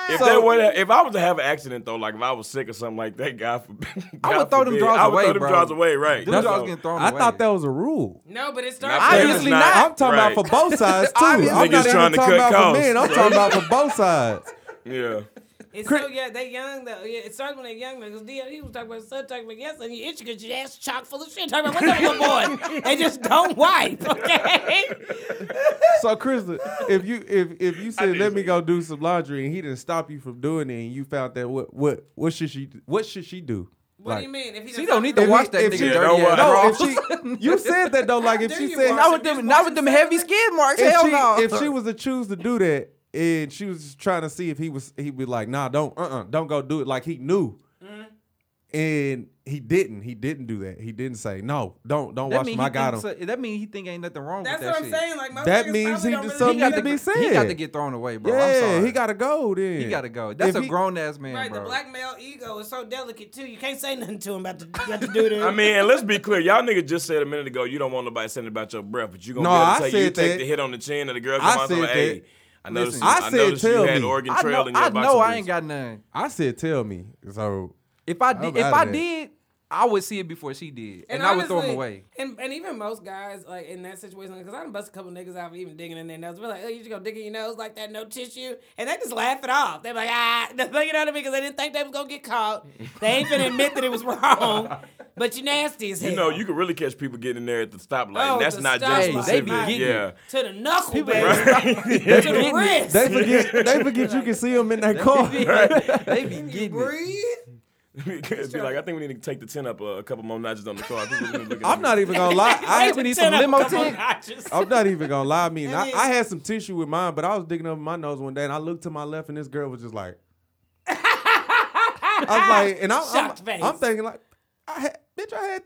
If that would, if I was to have an accident though, like if I was sick or something like that, God forbid, I would God throw them forbid, drawers I would away, throw them bro. drawers away, right? Them drawers So- getting thrown I away. thought that was a rule. No, but it Not starts. fair. Obviously not. I'm talking Right. about for both sides too. I'm Obviously. not Niggas even trying to talking cut about costs. for men. I'm talking about for both sides. Yeah. It's so yeah, they young though. Yeah, it starts when they're young because DL he E was talking about his son talking about yes, and you itch because your ass chock full of shit. Talking about what's up with boy? They just don't wipe. Okay. So, Krista, if you if if you I said did let me say go do some laundry and he didn't stop you from doing it, and you found that what what what should she what should she do? What do you mean? If he She doesn't- don't need to wash he- that if nigga she- dirty don't ass wash- No, drawers. if she you said that though, like if Dare she you said wash not it. with them, not with them heavy skin marks. if Hell she no. if she was to choose to do that and she was just trying to see if he was he'd be like nah don't uh uh-uh, uh do not go do it like he knew Mm-hmm. and he didn't he didn't do that he didn't say no don't don't that watch mean my he got him thinks- that mean he think ain't nothing wrong That's with what that I'm shit. saying. Like my That niggas means probably he don't did really something He need got, need to, to that- be he got to said. get thrown away, bro. I'm yeah sorry. he gotta go then He gotta go. That's If a he- grown ass man, Right, the bro. black male ego is so delicate too. You can't say nothing to him about the, about the dude. I mean, and let's be clear, y'all niggas just said a minute ago you don't want nobody saying about your breath, but you gonna No, I be able to tell you, you said take that. the hit on the chin and the girl come I out and said like, hey, that. I noticed, Listen, I I said noticed you tell had me. Oregon I Trail know, in your I box know of I briefs. ain't got none. i said tell me so If I I'm did, if outta I that. did, I would see it before she did, and, I would throw them honestly, away. And and even most guys like in that situation, because I done bust a couple niggas out for even digging in their nose. We're like, oh, you just gonna dig in your nose like that, no tissue, and they just laugh it off. They're like, ah, you know what I mean? Because they didn't think they was gonna get caught. They ain't finna admit that it was wrong, but you nasty as hell. You know, you can really catch people getting in there at the stoplight. Oh, and that's the not just stoplight. Hey, they specific. be getting yeah. to the knuckle, People- baby. Right. to the wrist. They forget. They forget you can see them in that car. they be getting it. breathe. It'd be like, I think we need to take the tin up a, a couple more notches on the car. People gonna look at I'm you. not even gonna lie. I Maybe we need some limo tin. I'm not even gonna lie. I mean, It I, is- I had some tissue with mine, but I was digging up my nose one day, and I looked to my left, and this girl was just like, I was like, and I, Shocked I'm, face. I'm thinking like, I had, bitch, I had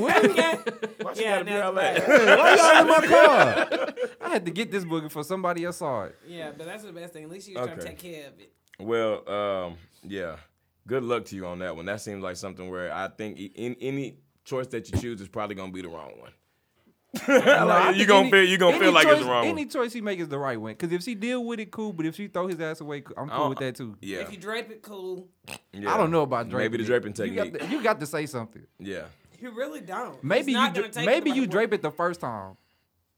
What is- Why she Yeah, gotta be no, all right. that? Why y'all in my car? I had to get this book before somebody else saw it. Yeah, but that's the best thing. At least you was trying to Okay. take care of it. Well, um, yeah. Good luck to you on that one. That seems like something where I think i- in any choice that you choose is probably gonna be the wrong one. I like, you think gonna any- feel you gonna any feel like choice, it's the wrong Any one. choice he make is the right one. Because if she deal with it, cool. But if she throw his ass away, cool. I'm I cool don't- with that too. Oh, Yeah. If you drape it cool, yeah. I don't know about draping. Maybe the it. draping You got technique. to- you got to say something. yeah. you really don't. Maybe it's you not dra- gonna take maybe the you right drape way. it the first time,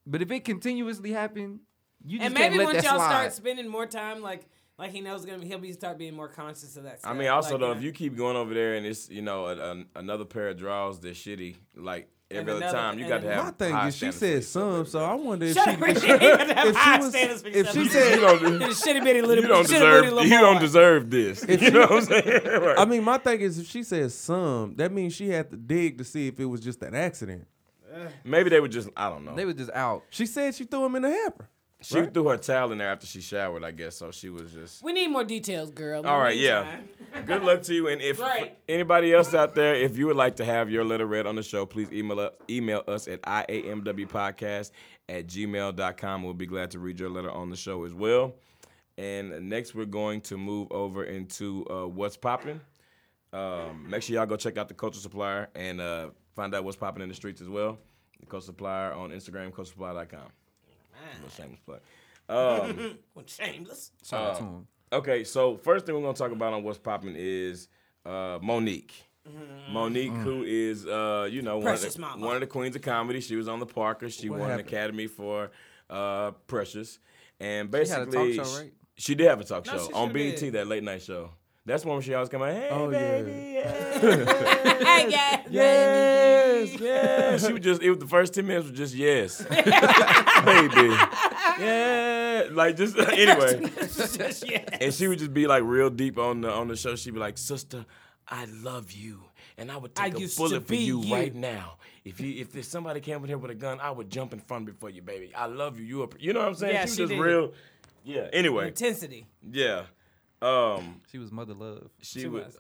but if it continuously happen, you just And maybe can't let once that y'all slide. start spending more time, like like he knows gonna he'll be start being more conscious of that. Stuff. I mean, also like, though, if you keep going over there and it's you know a, a, another pair of draws that's shitty, like every And other another- time, you and got to have. My thing high is, she standards for said yourself. some, so I wonder if shut she. up, Ricky. You have if she high was- standards for if she yourself. said- You don't, You're a shitty bitty little, you don't shitty bitty deserve. little You don't boy. deserve this. You know what I'm saying? Right. I mean, my thing is, if she said some, that means she had to dig to see if it was just an accident. Maybe they were just. I don't know. They was just out. She said she threw him in the hamper. she threw her towel in there after she showered, I guess. So she was just. We need more details, girl. All right, We need yeah. time. Good luck to you. And if Right. anybody else out there, if you would like to have your letter read on the show, please email us, email us at iamwpodcast at gmail.com. We'll be glad to read your letter on the show as well. And next, we're going to move over into uh, What's Poppin'. Um, make sure y'all go check out the Culture Supplier and uh, find out what's popping in the streets as well. The Culture Supplier on Instagram, culturesupply.com. Little shameless plug. Well, shameless. Shout out to him. Okay, so first thing we're gonna talk about on what's popping is uh, Monique. Monique, Mm. who is uh, you know one of, Mm-hmm. Precious the, Mama. one of the queens of comedy. She was on the Parker. She What won happened? an Academy for uh, Precious, and She had a basically talk show, right? she did have a talk No, show she on sure BET did. that late night show. That's when she always come out. Hey Oh, yeah. baby, yeah. Hey, yeah. yes, yes. She was just. It was the first ten minutes was just yes, baby, yeah. Like just anyway Just yeah. and she would just be like real deep on the on the show. She'd be like, "Sister, I love you, and I would I take a used to bullet for be you, you." right now. If you if there's somebody came in here with a gun, I would jump in front before you, baby. I love you. You a, you know what I'm saying? Yeah, she was she just did. real. Yeah. Anyway, Intensity. yeah. Um, She was mother love. she, She was. was.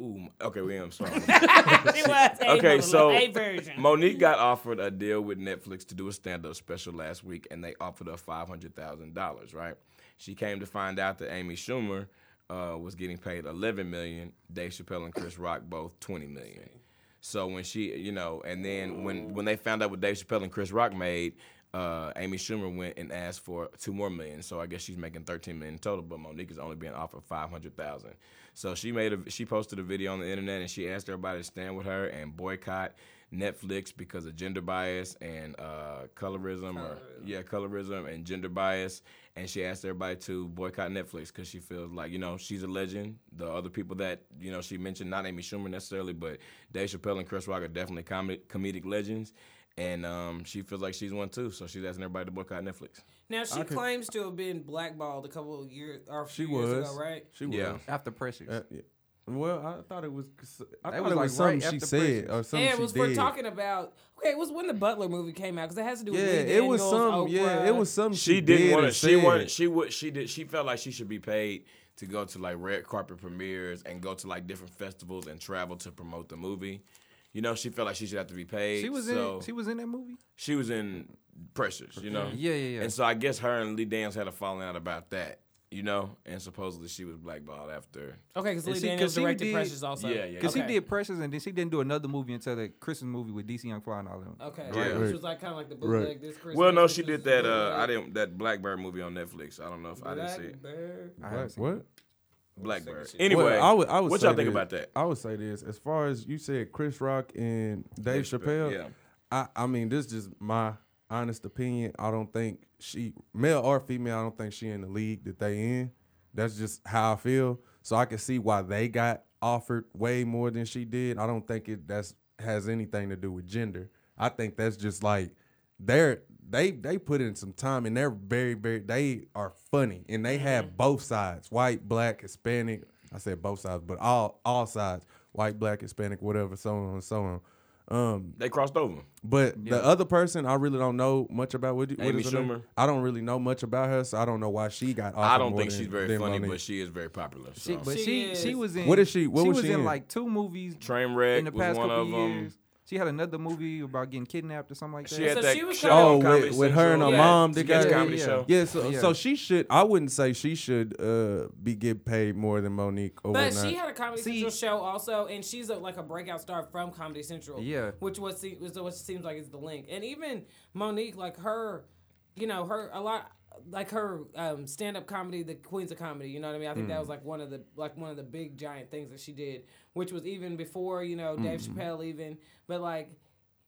Ooh, m- okay, we am sorry. It was a okay, little- so a version. Monique got offered a deal with Netflix to do a stand-up special last week, and they offered her five hundred thousand dollars. Right? She came to find out that Amy Schumer uh, was getting paid eleven million. Dave Chappelle and Chris Rock both twenty million. So when she, you know, and then when when they found out what Dave Chappelle and Chris Rock made. Uh, Amy Schumer went and asked for two more million, so I guess she's making thirteen million total. But Monique is only being offered five hundred thousand. So she made a she posted a video on the internet and she asked everybody to stand with her and boycott Netflix because of gender bias and uh, colorism, or yeah, colorism and gender bias. And she asked everybody to boycott Netflix because she feels like you know she's a legend. The other people that you know she mentioned, not Amy Schumer necessarily, but Dave Chappelle and Chris Rock are definitely comedic, comedic legends. And um, she feels like she's one too, so she's asking everybody to boycott Netflix. Now she claims to have been blackballed a couple of years or a She few years was. ago, right? She was. Yeah. After pressures. Uh, yeah. Well, I thought it was. I That thought was it like was something right she after said Precious. or something Yeah, it she was did. we're talking about. Okay, it was when the Butler movie came out because it has to do with yeah, Lee it was Daniels, some. Oprah. Yeah, it was some. She, She, didn't did want to. and She said. wanted. She would. She did. She felt like she should be paid to go to like red carpet premieres and go to like different festivals and travel to promote the movie. You know, she felt like she should have to be paid. She was so in. She was in that movie. she was in Precious. You know. Yeah, yeah, yeah. And so I guess her and Lee Daniels had a falling out about that. You know, and supposedly she was blackballed after. Okay, because Lee she- 'cause Daniels she directed did- Precious also. Yeah, yeah, Cause okay. she did pressures, and then she didn't do another movie until the Christmas movie with DC Young Fly and all of them. Okay, Yeah. which was like kind of like the bootleg Right. this Christmas. Well, no, she did that. Uh, I didn't that Blackbird movie on Netflix. I don't know if I didn't see it. Blackbird. I haven't What? seen what? Blackbird. shit. Anyway, Well, I would, I would what say y'all think this. about that? I would say this: as far as you said, Chris Rock and Dave Dave Chappelle. Chappelle, yeah. I, I mean, this is just my honest opinion. I don't think she, male or female, I don't think she in the league that they in. That's just how I feel. So I can see why they got offered way more than she did. I don't think it that's has anything to do with gender. I think that's just like they're they they put in some time and they're very very they are funny and they have both sides white black hispanic i said both sides but all all sides white black hispanic whatever so on and so on um They crossed over. but the other person, I really don't know much about. What, what Amy is her name? Schumer. I don't really know much about her, so I don't know why she got. Offered I don't more think than- she's very than funny, Monique. but she is very popular. She, So. but She she, is. she was in. What is she- what she was she in, in? like two movies. Trainwreck in the was past one couple of 'em. years. She had another movie about getting kidnapped or something like that. she had So that she was show kinda- oh, on Comedy with, with her and her Central. Yeah. mom, She they got got a comedy yeah. show. Yeah, so, Yeah. so she should. I wouldn't say she should uh, be get paid more than Monique or But whatnot. she had a Comedy See- Central show also, and she's a, like a breakout star from Comedy Central. Yeah. which was se- was what seems like is the link. And even Monique, like her, you know, her a lot like her um, stand up comedy, the Queens of Comedy. You know what I mean? I think that was like one of the like one of the big giant things that she did, which was even before you know Dave Chappelle even, but like.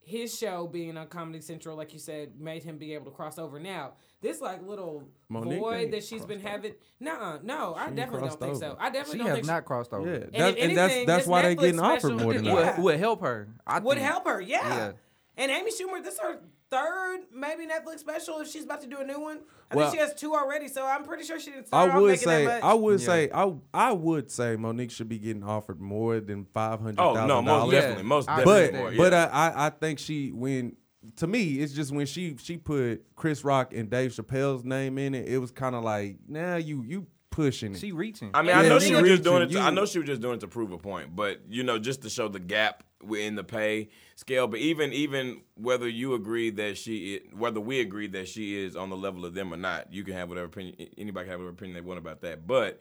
His show being on Comedy Central, like you said, made him be able to cross over. Now, this like little Monique void ain't that she's been having, no, no, I She definitely don't crossed think so. over. I definitely She don't think has not crossed over. yeah, It that- anything, and that's that's this why they Netflix getting offered special- more than Yeah. that. Would, would help her. I would think. help her. Yeah. Yeah. And Amy Schumer, this her third maybe Netflix special if she's about to do a new one. I Well, think she has two already, so I'm pretty sure she didn't start I off would making say, that much. I would Yeah. say, I I would say Monique should be getting offered more than five hundred Oh thousand no, most dollars. Yeah. definitely, most I but definitely. understand. more, yeah. but uh, I, I I think she when to me it's just when she she put Chris Rock and Dave Chappelle's name in it, it was kind of like now you you pushing it. She reaching. I mean, I Yeah, know she she was just reaching, doing it. To, I you- know she was just doing it to prove a point, but you know, just to show the gap in the pay scale. But even even whether you agree that she, i- whether we agree that she is on the level of them or not, you can have whatever opinion. Anybody can have whatever opinion they want about that, but.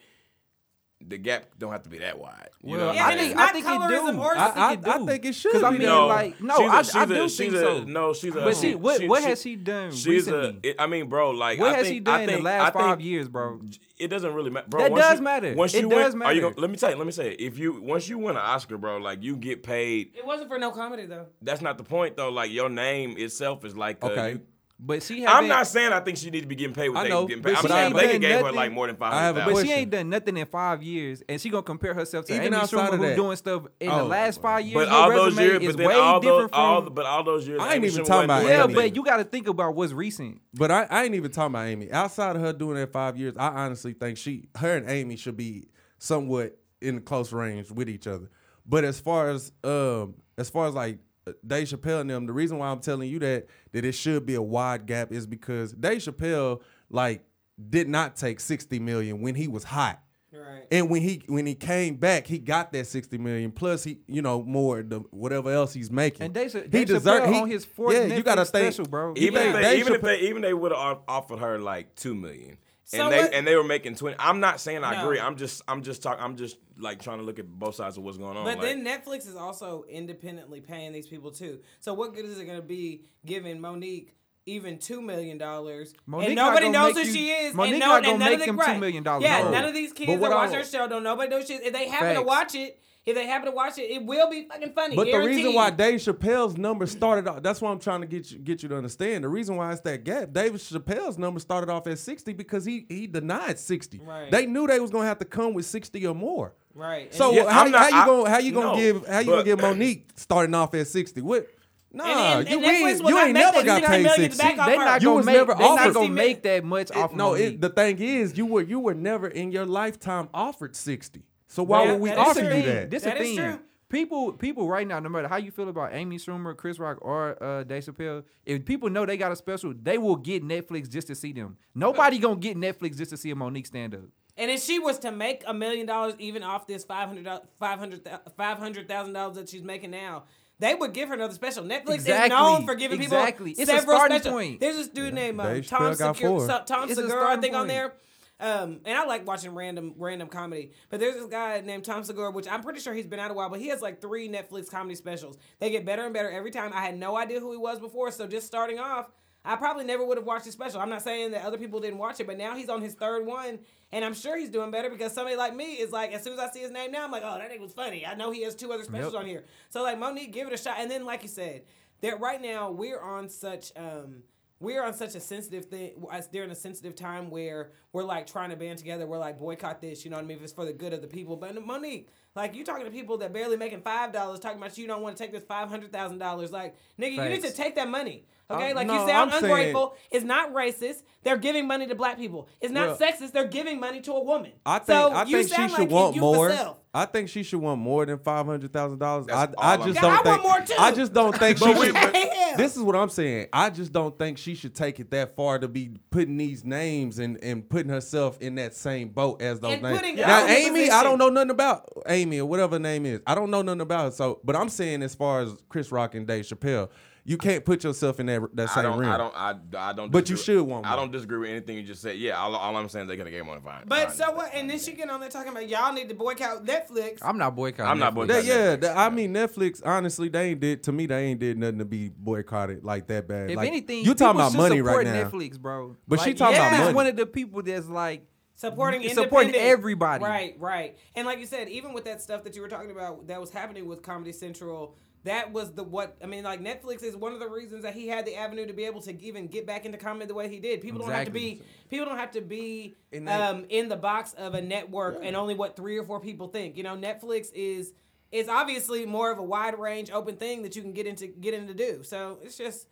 The gap don't have to be that wide. You know Well, what I'm Yeah, it's saying? I not think it colorism do. or I- I, think it I, do. think it should. 'Cause I be mean, that. like- no, she's I- she's I do she's think a, so. No, she's a. But she- what- what has she done She's recently? a. It, I mean, bro, like what I has think, she done I in think, the last I think five years, bro? It doesn't really matter, bro. That once does you- matter. Once It you does win, are you matter. gonna, let me tell you. Let me say, if you once you win an Oscar, bro, like you get paid. it wasn't for no comedy though. That's not the point though. Like your name itself is like a- Okay. But she. I'm haven't- not saying I think she needs to be getting paid what I they know, getting but paid. I'm she saying ain't they done gave her nothing. like more than five I have hundred But a thousand. question. she ain't done nothing in five years, and she gonna compare herself to Even Amy outside Schumer, of who's that. doing stuff in the Oh, last five years. But her all those resume years, is but then way all those, different from. all, the- but all those years, I ain't Amy even Schumer wasn't talking about doing yeah, Amy. nothing. but you got to think about what's recent. But I, I ain't even talking about Amy. Outside of her doing that five years, I honestly think she, her and Amy should be somewhat in close range with each other. But as far as um, as far as like uh, Dave Chappelle and them, the reason why I'm telling you that that it should be a wide gap is because Dave Chappelle like did not take sixty million when he was hot. Right. And when he when he came back, he got that sixty million plus he you know more the whatever else he's making. And Dave Ch- he Dave deserve- Chappelle on his fourth yeah, you gotta Netflix think, special, bro. you even if think they, Dave even if Chappelle- they even they would have offered her like two million. So and they what- and they were making twenty. I'm not saying I No. agree. I'm just I'm just talking. I'm just like trying to look at both sides of what's going on. But like- then Netflix is also independently paying these people too. So what good is it going to be giving Monique even two million dollars? Monique And not nobody gonna knows who make you- she is. Monique and no, not and gonna none make of the, them right. $2 million, Yeah, bro. none of these kids But that what watch I- her show don't nobody knows she is. If they happen to Facts. watch it, if they happen to watch it, it will be fucking funny. But the reason guaranteed. why Dave Chappelle's number started off, that's what I'm trying to get you get you to understand. The reason why it's that gap, Dave Chappelle's number started off at 60 because he he denied 60. Right. They knew they was gonna have to come with 60 or more. Right. And So Yeah, how, I'm not- how you I- gonna how you gonna no, give how you but- gonna give Monique starting off at 60? What nah, and- you, and Netflix ain't, will you not make ain't never that got 60 paid million 60. back off They her. not You gonna was make. never They not offered- gonna make that much It- off. of no, Monique. it, the thing is, you were you were never in your lifetime offered 60. So why Yeah, would we that is offer true. you thing. that? This That a is thing. true. People, people right now, no matter how you feel about Amy Schumer, Chris Rock, or uh, Dave Chappelle, if people know they got a special, they will get Netflix just to see them. Nobody gonna get Netflix just to see a Monique stand up. And if she was to make a million dollars even off this five hundred five hundred five hundred thousand dollars that she's making now, they would give her another special. Netflix Exactly. is known for giving Exactly. people It's a several starting special. point. There's this dude named um, Dave Tom Chappelle got Segura, four. so- Tom It's a Segura, I starting think on point. there. Um, and I like watching random random comedy, but there's this guy named Tom Segura, which I'm pretty sure he's been out a while, but he has like three Netflix comedy specials. They get better and better every time. I had no idea who he was before, so just starting off, I probably never would have watched his special. I'm not saying that other people didn't watch it, but now he's on his third one, and I'm sure he's doing better because somebody like me is like, as soon as I see his name now, I'm like, oh, that nigga was funny. I know he has two other specials Yep. on here. So like Monique, give it a shot. And then like you said, that right now we're on such um we're on such a sensitive thing us during a sensitive time where we're like trying to band together. We're like boycott this, you know what I mean? If it's for the good of the people. But Monique, like you talking to people that barely making five dollars, talking about you don't want to take this five hundred thousand dollars. Like nigga, you need to Facts. take that money. Okay, Um, like no, you sound I'm saying- ungrateful. it's not racist. They're giving money to black people. It's not Well, sexist. They're giving money to a woman. I think so I you think she sound should like you- want you more. yourself. I think she should want more than five hundred thousand dollars. I That's I all I'm- just Yeah, don't I think. want more too. I just don't think she. But we- should, but- Yeah. This is what I'm saying. I just don't think she should take it that far to be putting these names and, and putting herself in that same boat as those And names. putting Now, us in a Amy, I position. don't know nothing about Amy or whatever her name is. I don't know nothing about her. So, but I'm saying as far as Chris Rock and Dave Chappelle, you can't put yourself in that that I same don't, ring. I don't, I, I don't. But you disagree- should want I more. don't disagree with anything you just said. Yeah, all, all I'm saying is they could have gave him on fine. But so what? And then she get on there talking about y'all need to boycott Netflix. I'm not boycotting. I'm not Netflix. boycotting. That- yeah, Netflix, that- I yeah. mean Netflix. Honestly, they ain't did to me. They ain't did nothing to be boycotted like that bad. If Like, anything, you talking people about should money support right now? Netflix, bro. But she Like, talking about Netflix money. one of the people that's like supporting It's supporting independent. everybody. Right, right. And like you said, even with that stuff that you were talking about that was happening with Comedy Central, that was the what I mean. Like Netflix is one of the reasons that he had the avenue to be able to even get back into comedy the way he did. People don't have to be Exactly. people don't have to be And they- um, in the box of a network and only what three or four people think. You know, Netflix is. is obviously more of a wide range, open thing that you can get into get into do. So it's just,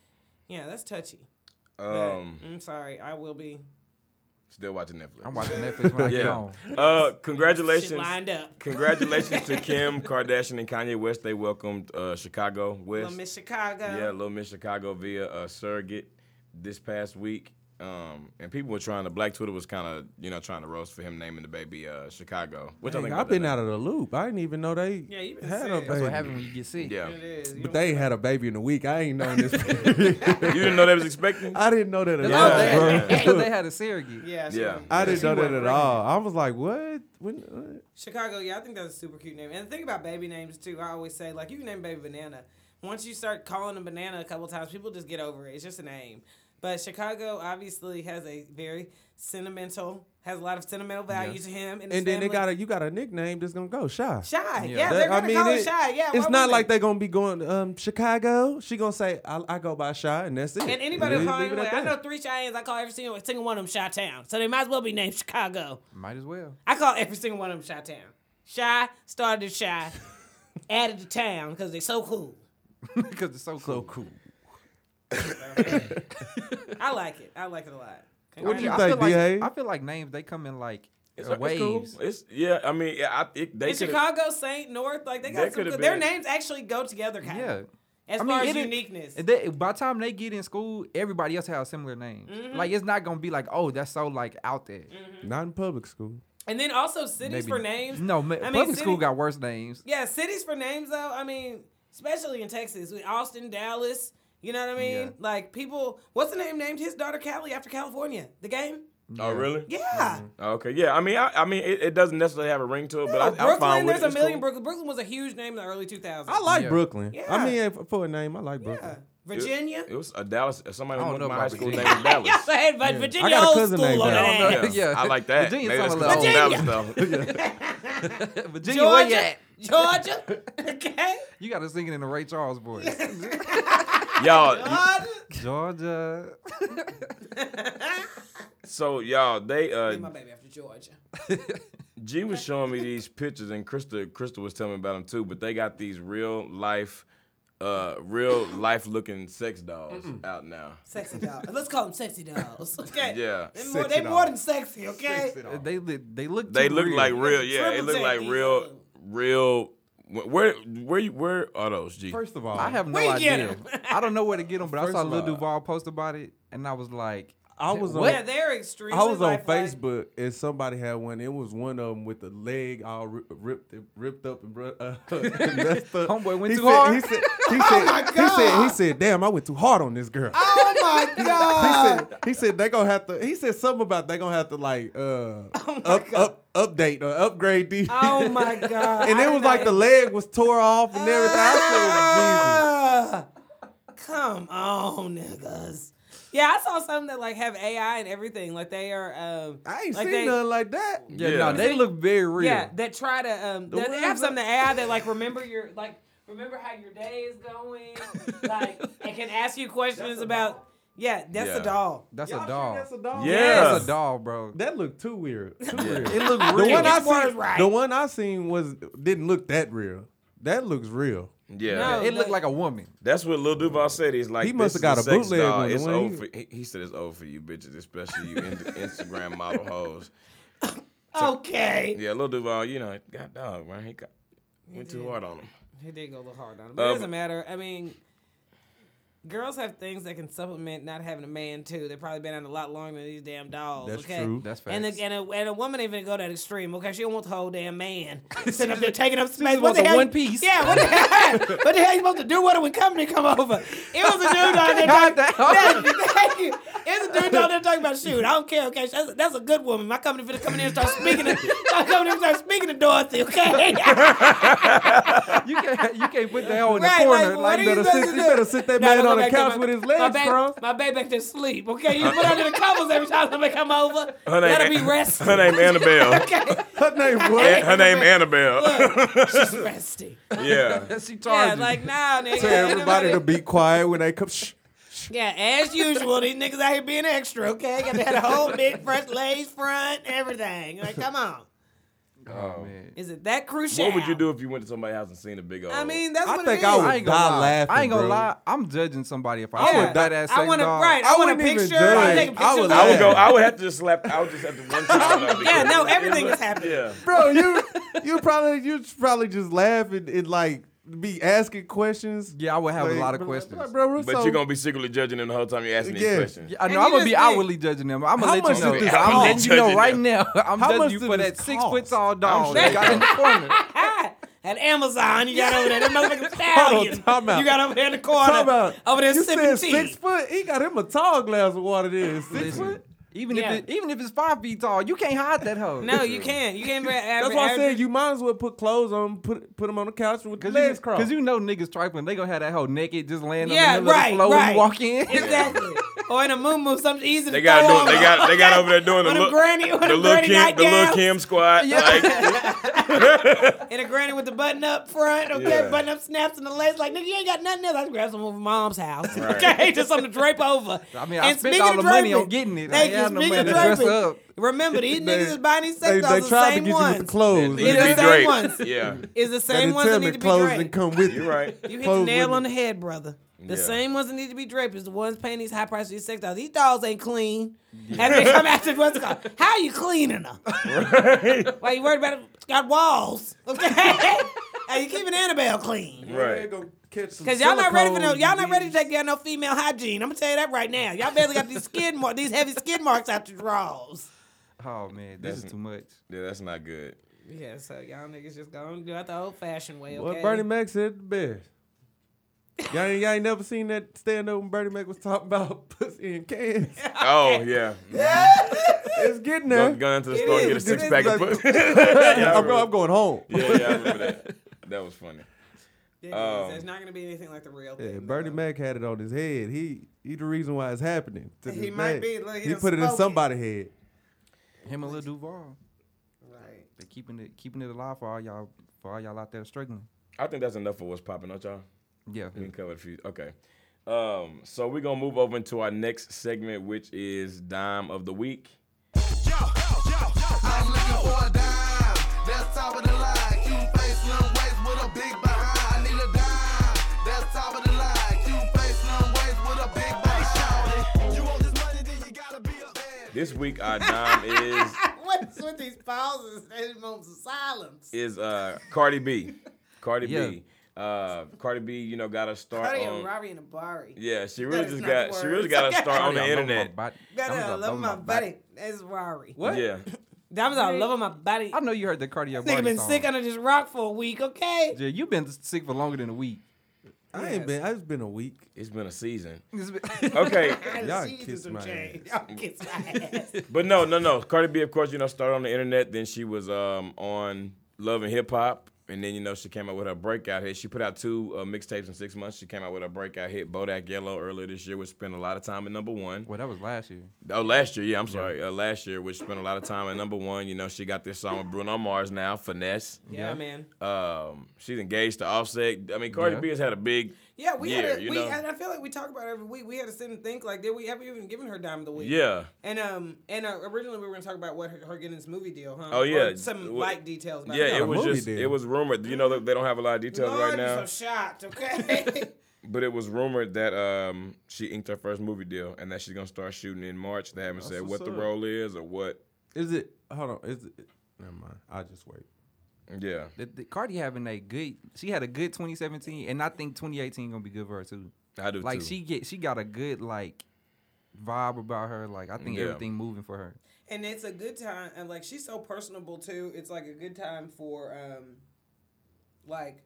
yeah, that's touchy. But Um, I'm sorry, I will be still watching Netflix. I'm watching Netflix when I get Yeah. home. Uh, shit congratulations. lined up. Congratulations to Kim Kardashian and Kanye West. They welcomed uh, Chicago Little West. Miss Chicago. Yeah, Little Miss Chicago via uh, surrogate this past week. Um, and people were trying to Black Twitter was kind of you know trying to roast for him naming the baby uh, Chicago, which I Dang, think I've been out of the loop. I didn't even know they Yeah, you been had sick. That's a what baby. That's what happens when you get sick. Yeah, It is. You But know- they ain't had a baby in a week. I ain't known this. you didn't know they was expecting. I didn't know that at That's all. Yeah. because Oh, bro. they, that's 'cause they had a surrogate. yeah, she- Yeah. I didn't She know that wasn't at pregnant. all. I was like, what? When, uh, what? Chicago. Yeah, I think that's a super cute name. And the thing about baby names too, I always say like you can name baby banana. Once you start calling them banana a couple times, people just get over it. It's just a name. But Chicago obviously has a very sentimental, has a lot of sentimental value to him. And, his And then they family. got a, you got a nickname that's gonna go shy. shy. Yeah, That- they're gonna call her it- shy. Yeah, why it's not wouldn't like they're gonna be going um, Chicago. She gonna say I, I go by shy, and that's it. And anybody Leave- will call leave you it at like, I that. know three Cheyennes. I call every single, single one of them Chi Town. So they might as well be named Chicago. Might as well. I call every single one of them Shy Town. Shy started as Shy, added to town because they so cool. Because it's so cool. So cool. I like it. I like it a lot. What do you I think, feel like, DA? I feel like names they come in like It's, uh, it's cool. waves. It's yeah. I mean, yeah, I, it, they In could. Chicago, Saint North, like they That got some could've good. Their been- names actually go together, kind Yeah. of. As I mean, far as it is- uniqueness, And they, by the time they get in school, everybody else has similar names. Mm-hmm. Like it's not gonna be like, oh, that's so like out there. Not in public school. and then also cities Maybe- for names. No, ma- I mean, public city- school got worse names. Yeah, cities for names though. I mean, especially in Texas, with Austin, Dallas. You know what I mean? Yeah. Like people. What's the name named his daughter Callie after California? The game. Oh really? Yeah. Okay. Yeah. I mean, I, I mean, it, it doesn't necessarily have a ring to it, but I, Oh, I'm fine Brooklyn, with there's it. a It's million cool. Brooklyn. Brooklyn was a huge name in the early 2000s. I like Yeah. Brooklyn. Yeah. I mean, if- for a name, I like Brooklyn. yeah. Virginia. It was a Dallas. uh, Somebody I don't went know to my about high school named Virginia. Dallas. Y'all said, but Virginia got a old cousin school on named that. I that. don't ass. know. Yeah. I like that. Virginia's Maybe some that's of cool. the Dallas though. Virginia, where you Georgia. at? Georgia. Okay. You gotta sing it in the Ray Charles voice. Y'all, Georgia. Georgia. so y'all, they uh, Named my baby after Georgia. G was showing me these pictures, and Krista, Krista was telling me about them too. But they got these real life, uh, real life looking sex dolls out now. Sexy dolls. Let's call them sexy dolls. Okay. Yeah. They more, Sexy they more dolls. than sexy, okay? Uh, they li- they look. They too look real. like real. Yeah, they Triple look take like these real, on. real. wh- Where, where, you, where are those? G. First of all, I have no Where you get idea. 'em? I don't know where to get them, but First I saw of Lil all- Duval post about it, and I was like, I was on. Yeah, they're extremely I was on lifelike. Facebook and somebody had one. It was one of them with the leg all ri- ripped, ripped up and bru- uh, and messed up. Homeboy went he too said, hard. Oh He said, he said, he said, he said, damn, I went too hard on this girl. Oh my He God. said, he said they gonna have to. He said something about they gonna have to like uh, Oh up, up, update or upgrade these. Oh my God. and I it did was not like the leg was tore off and everything. I said, Ah, Jesus. Come on, niggas. Yeah, I saw some that like have AI and everything. Like they are. Um, I ain't like seen they- nothing like that. Yeah, Yeah. no, they look very real. Yeah, that try to. Um, that, they world's have not- some that AI that like remember your like remember how your day is going. like it can ask you questions about. Yeah, that's Yeah. a doll. That's Y'all a sure doll. That's a doll. Yeah. That's a doll, bro. That looked too weird. Too weird. It look real. the one Get I your words seen, right. the one I seen was didn't look that real. That looks real. Yeah. No. it looked like a woman. That's what Lil Duval said. He's like, He must this have got is a sex bootleg doll. one, the It's one old he- for, he, he said it's old for you bitches, especially you in- Instagram model hoes. Okay. Yeah, Lil Duval, you know, got dog, man. He got went too hard on him. He did go a little hard on him. But Um, Uh, it but- doesn't matter. I mean, girls have things that can supplement not having a man too. They've probably been out a lot longer than these damn dolls. That's okay? true. That's facts. And, the, and, a, and a woman even go that extreme. Okay, she don't want the whole damn man sitting up there taking up space. wants a hell? one piece. Yeah, what the hell? what the hell you supposed to do with it when company come over? It was a dude down there. God Talking, damn. Thank you. It's a dude down there talking about shoot. I don't care. Okay, that's a, that's a good woman. My company finna come in here and start speaking. To, start coming in and start speaking to Dorothy. Okay. You can't, you can't put the hell in the Right, corner. like, what Like, you are you better sit- supposed to you do? better sit that No, man don't on go the back to couch with his my legs baby, crossed. My baby back there sleep. Okay, you put under the covers every time somebody come over. That'll be resting. Her name Annabelle. okay, Her name An- what? her name Annabelle. she's resting. yeah. she Yeah, charged. like nah, nigga. Tell everybody to be quiet when they come. Shh. Yeah, as usual, these niggas out here being extra. Okay, got to have the whole big fresh lace front, everything. Like, come on, oh, man. is it that crucial? What would you do if you went to somebody's house and seen a big old? I mean, that's I what think it is. I would I ain't gonna die lie. laughing, I ain't gonna bro. lie. I'm judging somebody if I Yeah. see a fat ass I sex want to doll. right. I I, want a wouldn't even picture. I would judge. take a picture. I would with I would it. go. I would have to just slap. I would just have to one time. Yeah, no, everything is happening. Yeah. bro. You you probably you probably just laugh and, and like be asking questions. Yeah, I would have Like, a lot of bro, questions. like, bro, But Russo, you're gonna be secretly judging them the whole time you're asking these Yeah. questions. Yeah, I And know. you I'm gonna just be think- outwardly judging them. I'm How gonna much let you know. did this I'm cost? letting you know Judging right them. now. I'm How judging much you did for this that six foot cost? tall doll sure that got in the corner. Ah, at Amazon, you got over there. That motherfucking stallion. time out. You got over there in the Talk corner. about- Over there you sipping said tea. six foot. He got him a tall glass of water. There, six Listen, foot. even Yeah. if it, even if it's five feet tall, you can't hide that hoe. No, you can't. You can't. That's why I said you might as well put clothes on, put put them on the couch with the Cause legs you, crossed. Cause you know niggas trifling, they gonna have that hoe naked just laying Yeah, on the middle right, of the floor when right. you walk in. Exactly. or in a moo moo, something easy to They got throw doing, they on. got they got over there doing the With a look. granny- with the a little granny Kim, the little nightgown. Kim squad. Yeah. Like, And a granny with the button up front, okay, Yeah. button up snaps in the legs. Like, nigga, you ain't got nothing else. I just grab some from mom's house, Right. okay? Just something to drape over. I mean, I spent speaking all of the money draping- on getting it. I Thank ain't you. have no Speaking money of to dress draping, up. Remember, these They- niggas is buying these sex they, dolls they the tried to same get you with ones. the clothes. They They It's the need to didn't- be same great. ones. Yeah. It's the they same didn't ones tell that me need to be clothes didn't draped. come with You're it. right. You hit the Clothes nail on wouldn't- the head, brother. The Yeah. same ones that need to be draped is the ones paying these high prices for these sex dolls. These dolls ain't clean. And they come after what's it called. How you cleaning them? Why you worried about it? It's got walls. Okay. How you keeping Annabelle clean? Right. Cause y'all not ready for no y'all not ready to take care of no female hygiene. I'm gonna tell you that right now. Y'all barely got these skin marks, these heavy skin marks out your drawers. Oh man, this is too much. Yeah, that's not good. Yeah, so y'all niggas just gonna do it the old fashioned way. Okay. What Bernie Mac said the best. Y'all ain't, y'all ain't never seen that stand up when Bernie Mac was talking about pussy in cans. Oh yeah. It's getting Go, there. go into the It store is. and get a It six is pack of like- pussy. yeah, I I'm, go- I'm remember- going home. yeah, yeah, I remember that. That was funny. Yeah, Um, there's not gonna be anything like the real Oh. Yeah, thing. Bernie though. Mac had it on his head. He he the reason why it's happening. to He this might day. be, look, he he done put it in spoke it. somebody's head. Him and Lil Duval, Right. they keeping it keeping it alive for all y'all for all y'all out there struggling. I think that's enough for what's popping, don't y'all? Yeah, We can cover a few. Okay. Um, so we're gonna move over into our next segment, which is Dime of the Week. I'm looking for a dime. That's top of the line. Cute face, slim waist with a big behind. I need a dime. That's top of the line. Cute face, slim waist with a big behind. You want this money, then you gotta be a man. This week our dime is What's with these pauses and moments of silence? is uh Cardi B. Cardi B. Uh Cardi B, you know, got her start Cardi on and Robbie and Abari. Yeah, she really is just not got the she word. really got her start on Sorry, the I love my internet. body. That Diamonds, is I all love my buddy. That's Rory. What? Yeah. That was all love of my buddy. I know you heard the cardio. Nigga been sick under this rock for a week, okay? Yeah, you've been sick for longer than a week. I ain't been. I just been a week. It's been a season. It's been- Okay. Y'all Jesus kiss will my change. Y'all kiss my ass. But no, no, no. Cardi B, of course, you know, started on the internet. Then she was um, on Love and Hip Hop. And then you know she came out with her breakout hit. She put out two uh, mixtapes in six months. She came out with her breakout hit Bodak Yellow earlier this year, which spent a lot of time at number one. Well, that was last year. Oh, last year, yeah, I'm sorry, Uh, last year, which spent a lot of time at number one. You know, she got this song with Bruno Mars now, finesse. Yeah, man. Um, she's engaged to Offset. I mean, Cardi Yeah. B has had a big Yeah, we year, had a, you we know? and I feel like we talk about it every week. We had to sit and think like, did we ever even given her dime of the week? yeah. And um and uh, originally we were gonna talk about what her, her getting this movie deal, huh? Oh, yeah. Or some Well, light details. About Yeah, got it a was movie just deal. it was rumored. You know they- they don't have a lot of details Lord, right now, I'm so shocked. Okay. but it was rumored that um she inked her first movie deal and that she's gonna start shooting in March. They haven't said what's what the up. role is or what. Is it? Hold on. Is it? Never mind. I just wait. Yeah, The, the Cardi having a good. She had a good 2017, and I think 2018 gonna be good for her too. I do Like too. she get, she got a good like vibe about her. Like I think Yeah. everything moving for her. and it's a good time and like she's so personable too it's like a good time for um like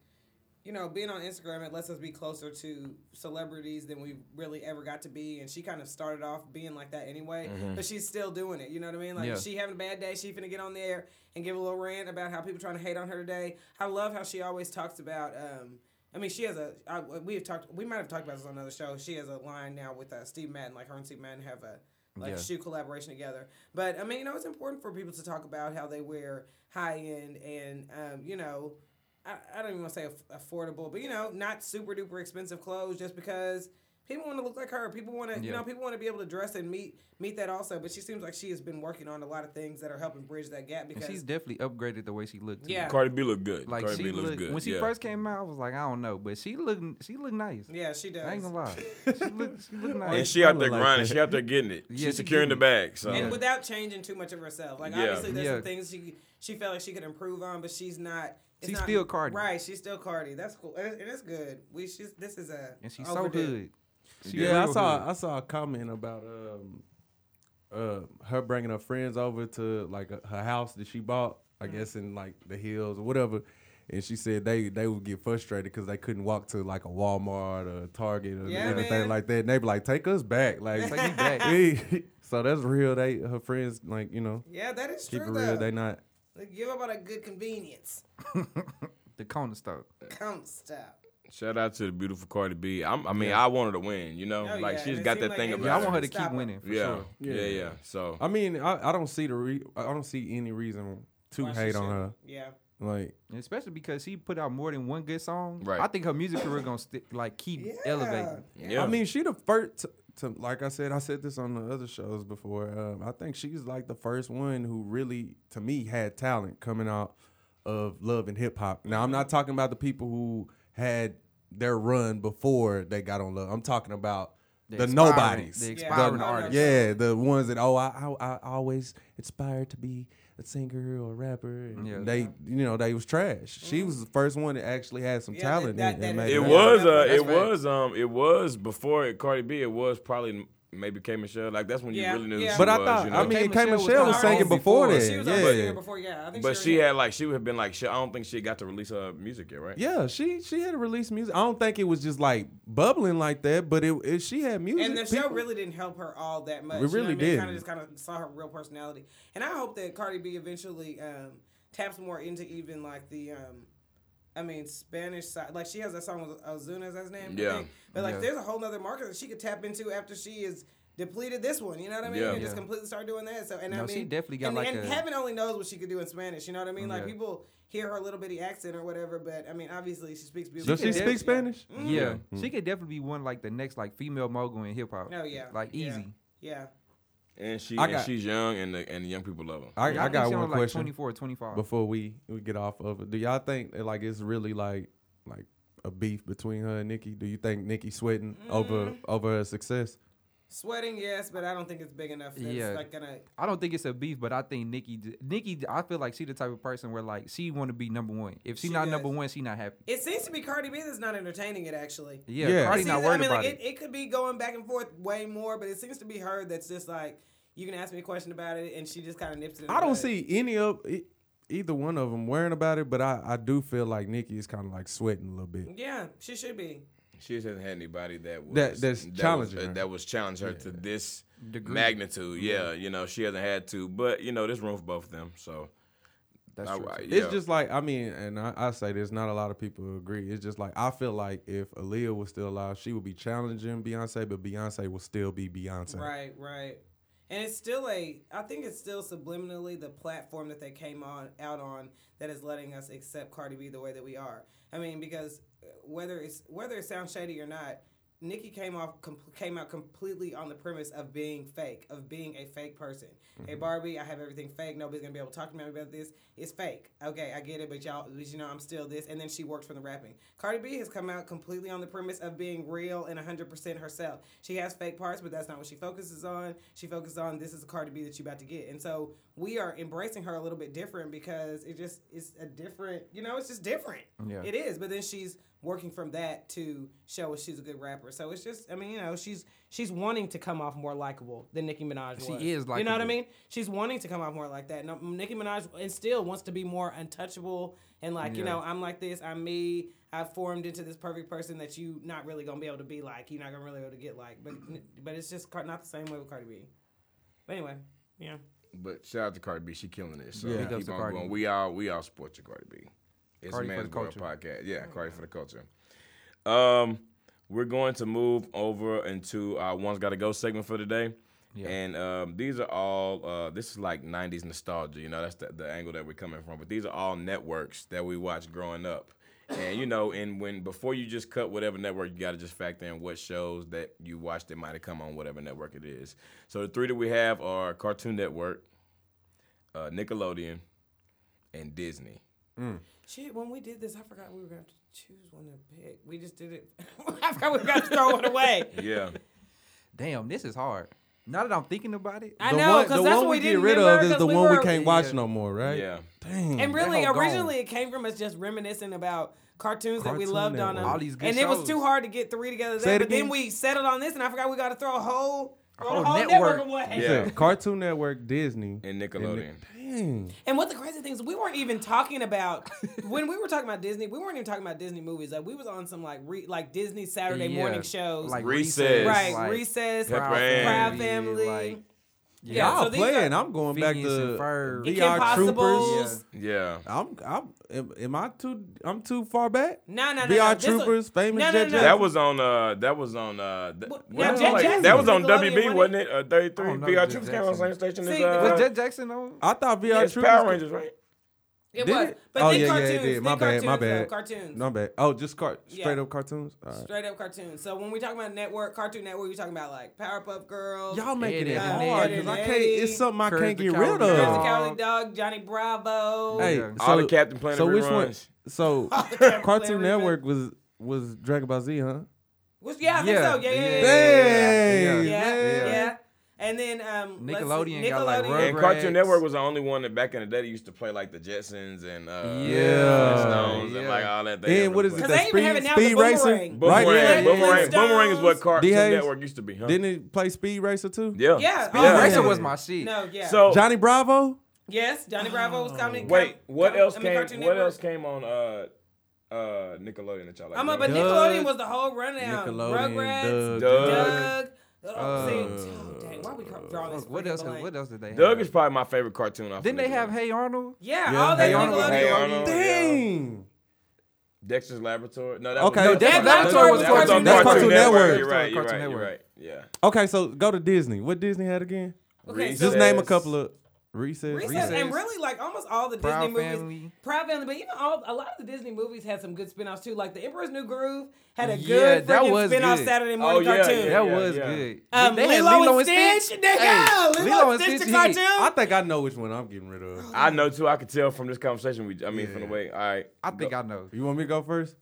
you know being on instagram it lets us be closer to celebrities than we really ever got to be and she kind of started off being like that anyway but she's still doing it you know what i mean like Mm-hmm. Yeah. if she having a bad day she finna get on there and give a little rant about how people trying to hate on her today i love how she always talks about um I mean, she has a. I, we have talked. We might have talked about this on another show. She has a line now with uh, Steve Madden. Like her and Steve Madden have a like Yeah. shoe collaboration together. But I mean, you know, it's important for people to talk about how they wear high end and um, you know, I, I don't even want to say aff- affordable, but you know, not super duper expensive clothes just because people want to look like her. People want to, you Yeah. know, people want to be able to dress and meet meet that also. But she seems like she has been working on a lot of things that are helping bridge that gap And because she's definitely upgraded the way she looked. Too. Yeah. Cardi B looked good. Like Cardi she B looks looked good when she yeah. first came out. I was like, I don't know, but she looked she looked nice. yeah, she does. I ain't gonna lie, she looked she looked nice. and she out there Probably like grinding. that. she out there getting it. Yeah, she she's securing the getting bag. So and without changing too much of herself. Like Yeah. obviously, there's Yeah. some things she she felt like she could improve on, but she's not. it's She's not- still Cardi. right? She's still Cardi. That's cool, and and it's good. We she's this is a and she's overdue. so hood. She Yeah, I real saw hood. I saw a comment about um uh her bringing her friends over to like uh, her house that she bought, I Mm-hmm. guess in like the hills or whatever. And she said they they would get frustrated because they couldn't walk to like a Walmart or Target or Yeah, anything man. like that. And they be like, "Take us back, like Take me back. we- so that's real. They her friends like you know Yeah, that is keep true it real. though. They not Like, give up on a good convenience. the corner store. Come stop. shout out to the beautiful Cardi B. I'm, I mean, I wanted to win. You know, Oh, like yeah, and she's it got seemed that like thing it about. Yeah, I want her to Stop keep her. winning for yeah. sure. yeah, yeah, So I mean, I, I don't see the re- I don't see any reason to Why she hate on should- her. Yeah. Like And especially because she put out more than one good song. Right. I think her music career gonna sti like keep elevating. yeah, I mean, she the first. To, to, like I said, I said this on the other shows before. Um, I think she's like the first one who really, to me, had talent coming out of love and hip hop. Now, I'm not talking about the people who had their run before they got on love. I'm talking about the, expiring- nobodies, the The- expiring no, no, artists. Yeah, the ones that oh, I, I I always aspired to be a singer or a rapper. And Yeah. They, you know, they was trash. She was the first one that actually had some Mm. Yeah, that- talent. that- and- that and is- made It money. was Yeah, uh, that's it right. was um, it was before Cardi B. It was probably m- maybe K Michelle. Like that's when you Yeah, really knew. yeah. Who But she I was, thought, you know? I mean, K. K-Michelle was Michelle was already singing before before. that. She was on yeah. Singer before. Yeah, I think. but she, she was- had like she would have been like she, I don't think she got to release her music yet, right? Yeah, she she had to release music. I don't think it was just like bubbling like that, but it, it she had music. And the show people- really didn't help her all that much. It you know what really I mean? Kind didn't. of just kind of saw her real personality. And I hope that Cardi B eventually um, taps more into even like the, um, I mean, Spanish side. Like she has that song with Ozuna, that's his name. I Yeah. think. But like, Yeah. there's a whole nother market that she could tap into after she is. Depleted this one, you know what I mean? Yeah. And just Yeah. completely start doing that. So and I No, mean, she definitely got and, like and a- heaven only knows what she could do in Spanish. You know what I mean? Like Yeah. people hear her little bitty accent or whatever, but I mean, obviously she speaks beautiful. Does she Yeah. speak Spanish? Mm. Yeah, she could definitely be one like the next like female mogul in hip hop. Oh yeah, like Yeah. easy. Yeah, And she I and got- she's young and the and the young people love her. I, Yeah, I think got she one only, like, question 24, 25. before we, we get off of it. Do y'all think that, like it's really like like a beef between her and Nikki? Do you think Nikki sweating over over her success? Sweating, yes, but I don't think it's big enough. That's Yeah. like gonna. I don't think it's a beef, but I think Nikki, d- Nikki, I feel like she the type of person where like she want to be number one. If she, She not does. number one, she not happy. It seems to be Cardi B that's not entertaining it actually. Yeah, Yeah. Cardi It not seems- worried I mean, about like, it. it. It could be going back and forth way more, but it seems to be her that's just like, you can ask me a question about it, and she just kind of nips it. In the I don't bud. see any of e- either one of them worrying about it, but I I do feel like Nikki is kind of like sweating a little bit. Yeah, she should be. She just hasn't had anybody that was That- that's that was- uh, challenging her. that was challenging her to this Degree. magnitude. Yeah, you know she hasn't had to, but you know there's room for both of them. So That's I- true. I- too. yeah. It's just like I mean, and I, I say this. Not a lot of people agree. It's just like I feel like if Aaliyah was still alive, she would be challenging Beyonce, but Beyonce will still be Beyonce. Right, right. And it's still a I think it's still subliminally the platform that they came on out on that is letting us accept Cardi B the way that we are. I mean, because uh, whether it's whether it sounds shady or not, Nicki came off com- came out completely on the premise of being fake, of being a fake person. Hey Barbie, I have everything fake. Nobody's gonna be able to talk to me about this. It's fake. Okay, I get it, but y'all, but you know, I'm still this. And then she works for the rapping. Cardi B has come out completely on the premise of being real and 100% herself. She has fake parts, but that's not what she focuses on. She focuses on this is the Cardi B that you about to get. And so we are embracing her a little bit different because it just it's a different, you know, it's just different. Yeah. It is. But then she's working from that to show us she's a good rapper. So it's just, I mean, you know, she's she's wanting to come off more likable than Nicki Minaj She was. is You know what I likable. mean? She's wanting to come off more like that. No, Nicki Minaj and still wants to be more untouchable and like you Yeah. know I'm like this. I'm me. I formed into this perfect person that you not really gonna be able to be like. You're not gonna really be able to get like. But but it's just Car- not the same way with Cardi B. But anyway, yeah. But shout out to Cardi B, she killing it. So Yeah. Big ups keep to on Cardi. going. We all we all support you, Cardi B. It's Cardi a for man's the world culture. Oh, podcast. Yeah, Cardi for the culture. Um, we're going to move over into our one's got to go segment for today. Yeah. And um, these are all uh, this is like '90s nostalgia. You know, that's the, the angle that we're coming from. But these are all networks that we watched growing up. And you know, and when before you just cut whatever network, you got to just factor in what shows that you watched that might have come on whatever network it is. So the three that we have are Cartoon Network, uh, Nickelodeon, and Disney. Shit, when we did this, I forgot we were gonna have to choose one to pick. We just did it. I forgot we were gonna throw it away. Yeah, Damn, this is hard. Now that I'm thinking about it, I The know one, because the that's one what we, we get didn't rid remember, of is 'cause the one were- we can't watch no more, right? yeah. Dang. And really, whole gone. originally it came from us just reminiscing about cartoons that we Cartoon loved on Network. them. All these good and it was shows. too hard to get three together. Say There, it but then again. we settled on this, and I forgot we got to throw a whole, throw whole a whole network, network. away. Yeah. Yeah, Cartoon Network, Disney, And Ni- Nickelodeon. Dang. And what the crazy thing is, we weren't even talking about when we were talking about Disney. We weren't even talking about Disney movies. Like we was on some like re, like Disney Saturday Yeah. morning shows, like Recess. right? like Recess, Pepper Proud Ann. Proud Yeah, Family, like- Yeah, Y'all so these playing. are- I'm going back Phineas and to Ferb. Kim VR Troopers. Possibles. Yeah. I'm I'm am, am I too I'm too far back? No, no, no, VR no. This was- Troopers, famous No, no, Jet no. Jackson. That was on uh that was on uh th- Well, what now, was Jet it like- Jackson that was was on Nickelodeon, WB, wasn't wasn't it? Uh, 33 I don't know VR Jet Troopers came on the Jackson. same station See, as Was was uh, Jet Jackson on? I thought VR it's Troopers. Power Rangers, right? It Did was, it? but oh then yeah, cartoons, yeah, it did. then My bad, my cartoons, though, bad. cartoons. My bad. Oh, just car- straight Yeah. up cartoons. All right. Straight up cartoons. So when we talk about network, Cartoon Network, you're talking about like Powerpuff Girls, Y'all Ed, making it Ed, and hard Eddie. because I can't. It's something I Curb can't the get Cowardly rid Dog. Crazy of. Cowardly Dog, Johnny Bravo. Hey, Yeah. so, All the Captain Planet So which one? reruns. So Planet Cartoon reruns. Network was was Dragon Ball Z, huh? Which, yeah, I think Yeah. so. Yeah, yeah, yeah. Dang, yeah, man. yeah. And then um, let's see, Nickelodeon got, like, Nickelodeon. And Rugrats. Cartoon Network was the only one that back in the day they used to play like the Jetsons and uh Yeah. Flintstones and like all that. Then what is it? Cause That they even speed, have it now, speed the Boomerang. racing, Boomerang, right? Yeah, yeah, Boomerang, yeah. Boomerang is what Flintstones. Cartoon D-Hayes. Network used to be, huh? Didn't it play Speed Racer too? yeah. Yeah, Speed oh, Racer. Racer yeah. was my shit. No, yeah. So Johnny Bravo. yes, Johnny Bravo was comedy. wait, com- what com- else I mean, came? Cartoon What Network. else came on uh uh Nickelodeon that y'all like? I'm a, remember? but Doug. Nickelodeon was the whole rundown. Rugrats, Doug, Doug. Doug. Oh, see, oh, dang, why we drawing this? What freaking else? blank? What else did they? Doug have? is probably my favorite cartoon. Off of Didn't they have Nickelodeon. Hey Arnold? Yeah, Yeah. all that Hey Arnold Nickelodeon. was- Hey Arnold. Dang. Dexter's Laboratory. No, that Okay, was, No, Dexter's Laboratory was that was Cartoon on Network. Cartoon That's Cartoon Network. Network. You're right. You're Cartoon right. You're Network. right. Yeah. Okay, so go to Disney. What Disney had again? Okay, Recess. so- Just name a couple of recess. Recess, Recess. and really like almost all the Proud Disney Family. movies. Proud Family, but even all a lot of the Disney movies had some good spin-offs too. Like The Emperor's New Groove had a Yeah, good that freaking was spin-off good. Saturday morning Oh, yeah, cartoon. yeah. That was good. Um, They had Lilo and Stitch, nigga, Lilo and Stitch, the he- cartoon. I think I know which one I'm getting rid of. I know too. I could tell from this conversation. We, I mean, from the Yeah. way. All right. I think I know. You want me to go first?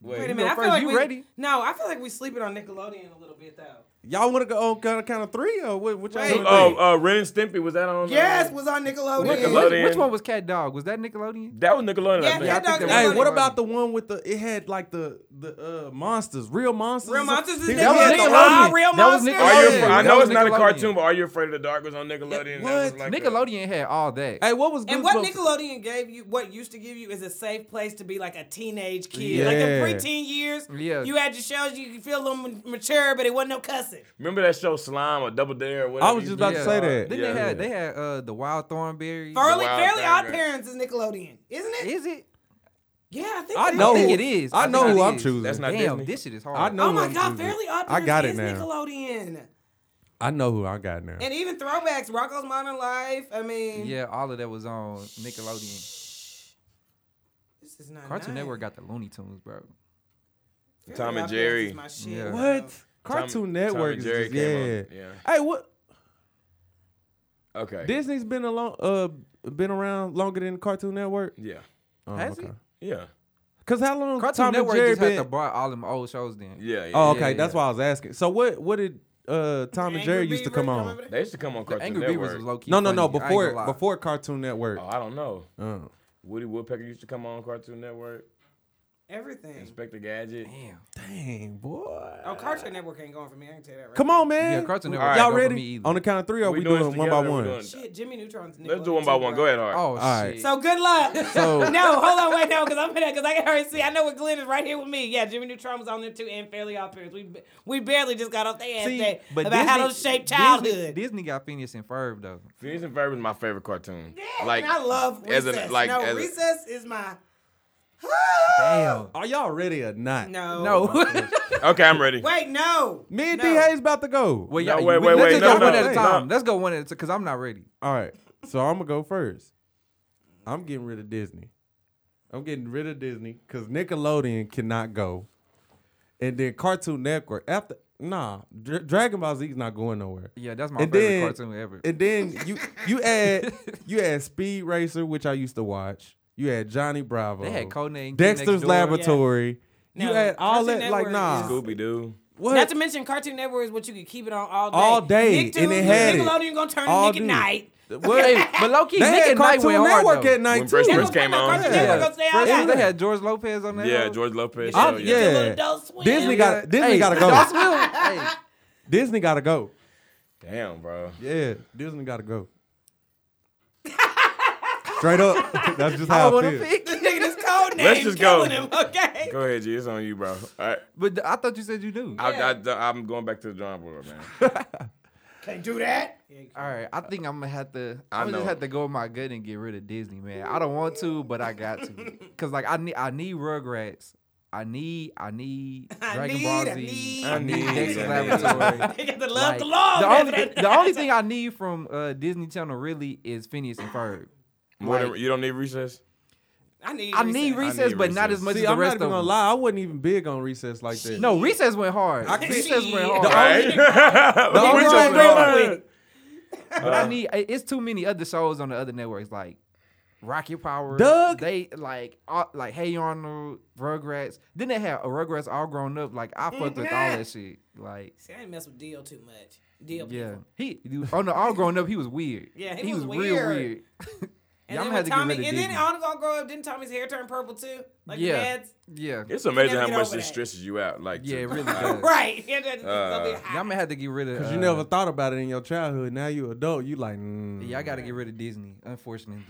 Wait a You minute, go I feel first. like You we, ready? No, I feel like we sleeping on Nickelodeon a little bit though. Y'all want to go on count, count of three or what? what y'all Wait. wanna do? Oh, uh, Ren and Stimpy was that on? uh, Yes, was on Nickelodeon. Nickelodeon. Which, which one was Cat Dog? Was that Nickelodeon? that was Nickelodeon. Yeah, I think. Cat Dog think and that hey, was- Nickelodeon. what about the one with the? It had like the the uh, monsters, real monsters. Real monsters is He- That was Nickelodeon. Nickelodeon. Real That was Monsters? Nickelodeon. Are you? Yeah. Afraid, I That know was it's not a Nickelodeon. cartoon, but Are You Afraid of the Dark was on Nickelodeon. and that was What? like Nickelodeon had all that. Hey, what was And what Goosebumps? Nickelodeon gave you, what used to give you, is a safe place to be like a teenage kid, like in Yeah. preteen years. Yeah. you had your shows, you could feel a little ma- mature, but it wasn't no cussing. A, remember that show Slime or Double Dare? Or whatever was just about to you- say that. Then Yeah. they had they had uh, the Wild Thornberry. Fairly, Wild fairly Thing, odd right? parents is Nickelodeon, isn't it? Is it? yeah, I think I it know is. think who- it is. I I know think who it I'm is. choosing. That's not Damn, Disney. this shit is hard. I know. Oh who my I'm God, choosing. Fairly Odd I Parents got is it now. Nickelodeon, I know who I got now. and even throwbacks, Rocco's Modern Life. I mean, Yeah, all of that was on Nickelodeon. this is not Cartoon nice. Network got the Looney Tunes, bro. Fairly Tom and Odd Parents Jerry. is my shit, Yeah. bro. What? Cartoon Tom Network and is Jerry just, came yeah. on. Hey, what? Okay. Disney's been along, uh, been around longer than Cartoon Network. yeah. Oh, Has it? Yeah. Cause how long Cartoon Tom Network and Jerry just been? had to buy all them old shows then. Yeah. yeah oh, yeah. okay, yeah, that's yeah. why I was asking. So what? What did uh, Tom and Angry Jerry used to Beaver, come on? remember that? They used to come on Cartoon Angry Network. Beavers was low key. No, no, no. funny. I ain't gonna Before lie. before Cartoon Network. Oh, I don't know. Oh. Woody Woodpecker used to come on Cartoon Network. Everything. Inspector Gadget. Damn. Dang boy. Oh, Cartoon Network ain't going for me. I can tell you that right. Come on, man. Yeah, Cartoon All Network Y'all don't go for ready? me either. On the count of three, are we, doing doing this one by together, we one? doing- now. Shit, Jimmy Neutron's. Let's do Nickelodeon one by too, one. bro. Go ahead, Art. Oh right. shit. So good luck. So- no, hold on, wait, no, because I'm gonna, because I can already see. I know what Glenn is right here with me. Yeah, Jimmy Neutron was on there too, and Fairly Odd Parents. We we barely just got off the ass day about how to shape Disney, childhood. Disney got Phineas and Ferb though. Phineas and Ferb is my favorite cartoon. Yeah, and I love as recess. an- like, no, as a- recess is my Damn. Are y'all ready or not? no. No. Okay, I'm ready. wait, no. Me and no. D Hayes about to go. Well, No, yeah, wait, we- wait, let's wait, just no, go one no, at a no. time. Let's go one at a time because I'm not ready. All right. So I'm gonna go first. I'm getting rid of Disney. I'm getting rid of Disney because Nickelodeon cannot go, and then Cartoon Network after. Nah, Dra- Dragon Ball Z is not going nowhere. Yeah, that's my And favorite then- cartoon ever. And then you you add you add Speed Racer, which I used to watch. You had Johnny Bravo. They had Conan, Kid Next Dexter's Door. Laboratory. No, You had all Cartoon that like Network nah. is- Scooby Doo. What? Not to mention Cartoon Network is what you could keep it on all day. All day, Nicktoons, and it had it. Nickelodeon gonna turn to All Nick at day. night. What? Hey, but low key, they Nick had and Night Cartoon went hard Network though. at night When too. Fresh That Prince was came my on. Cartoon Yeah. Network gonna stay all Fresh- night. They had George Lopez on that. Yeah, hoe. George Lopez. I'm- show, yeah. Little Adult Swim. Disney got Disney gotta Joss go. Whedon, hey, Disney gotta go. Damn, bro. Yeah, Disney gotta go. Straight up, that's just I how I, want to feel. pick. Nigga, this code name Let's just go. killing him. Okay. Go ahead, G. It's on you, bro. All right. But th- I thought you said you knew. All I, I, I'm going back to the drawing board, man. Can't do that. right, I think I'm gonna have to. I I'm gonna know. just have to go with my gut and get rid of Disney, man. I don't want to, but I got to. Cause like I need, I need Rugrats. I need, I need I Dragon need, Ball I Z. need, I I need need, Dexter's I need. Laboratory. They got to love Like, the law. the man. only thing, the only thing I need from uh, Disney Channel really is Phineas and Ferb. More than- Like- you don't need recess. I need. I need recess. recess, but not Recess. as much See, as the I'm not rest even gonna of them. lie. I wasn't even big on recess like that. No, recess went hard. I can't- recess went The hard. Right? only Recess thing- was real hard. But Um, I need. i- It's too many other shows on the other networks like Rocket Power. Doug? They like all, like Hey Arnold, Rugrats. Then they had a Rugrats all grown up. Like I fucked with all Mm-hmm. that shit. Like See, I didn't mess with Deal too much. Deal. yeah, people. he you- on the all grown up. He was weird. Yeah, he he, was was, real weird. weird. And Y'all then gonna have when Tommy, to get rid of and then Disney. on gonna grow up. Didn't Tommy's hair turn purple too? Like the yeah, dad's. yeah, It's amazing never how get much over this that. stresses you out. Like, yeah. to- It really does. Right. Yeah, that- that's gonna be Uh, Y'all hot. may have to get rid of. Cause you uh, never thought about it in your childhood. Now you adult, you like. Mm. Yeah, I got to get rid of Disney. Unfortunately.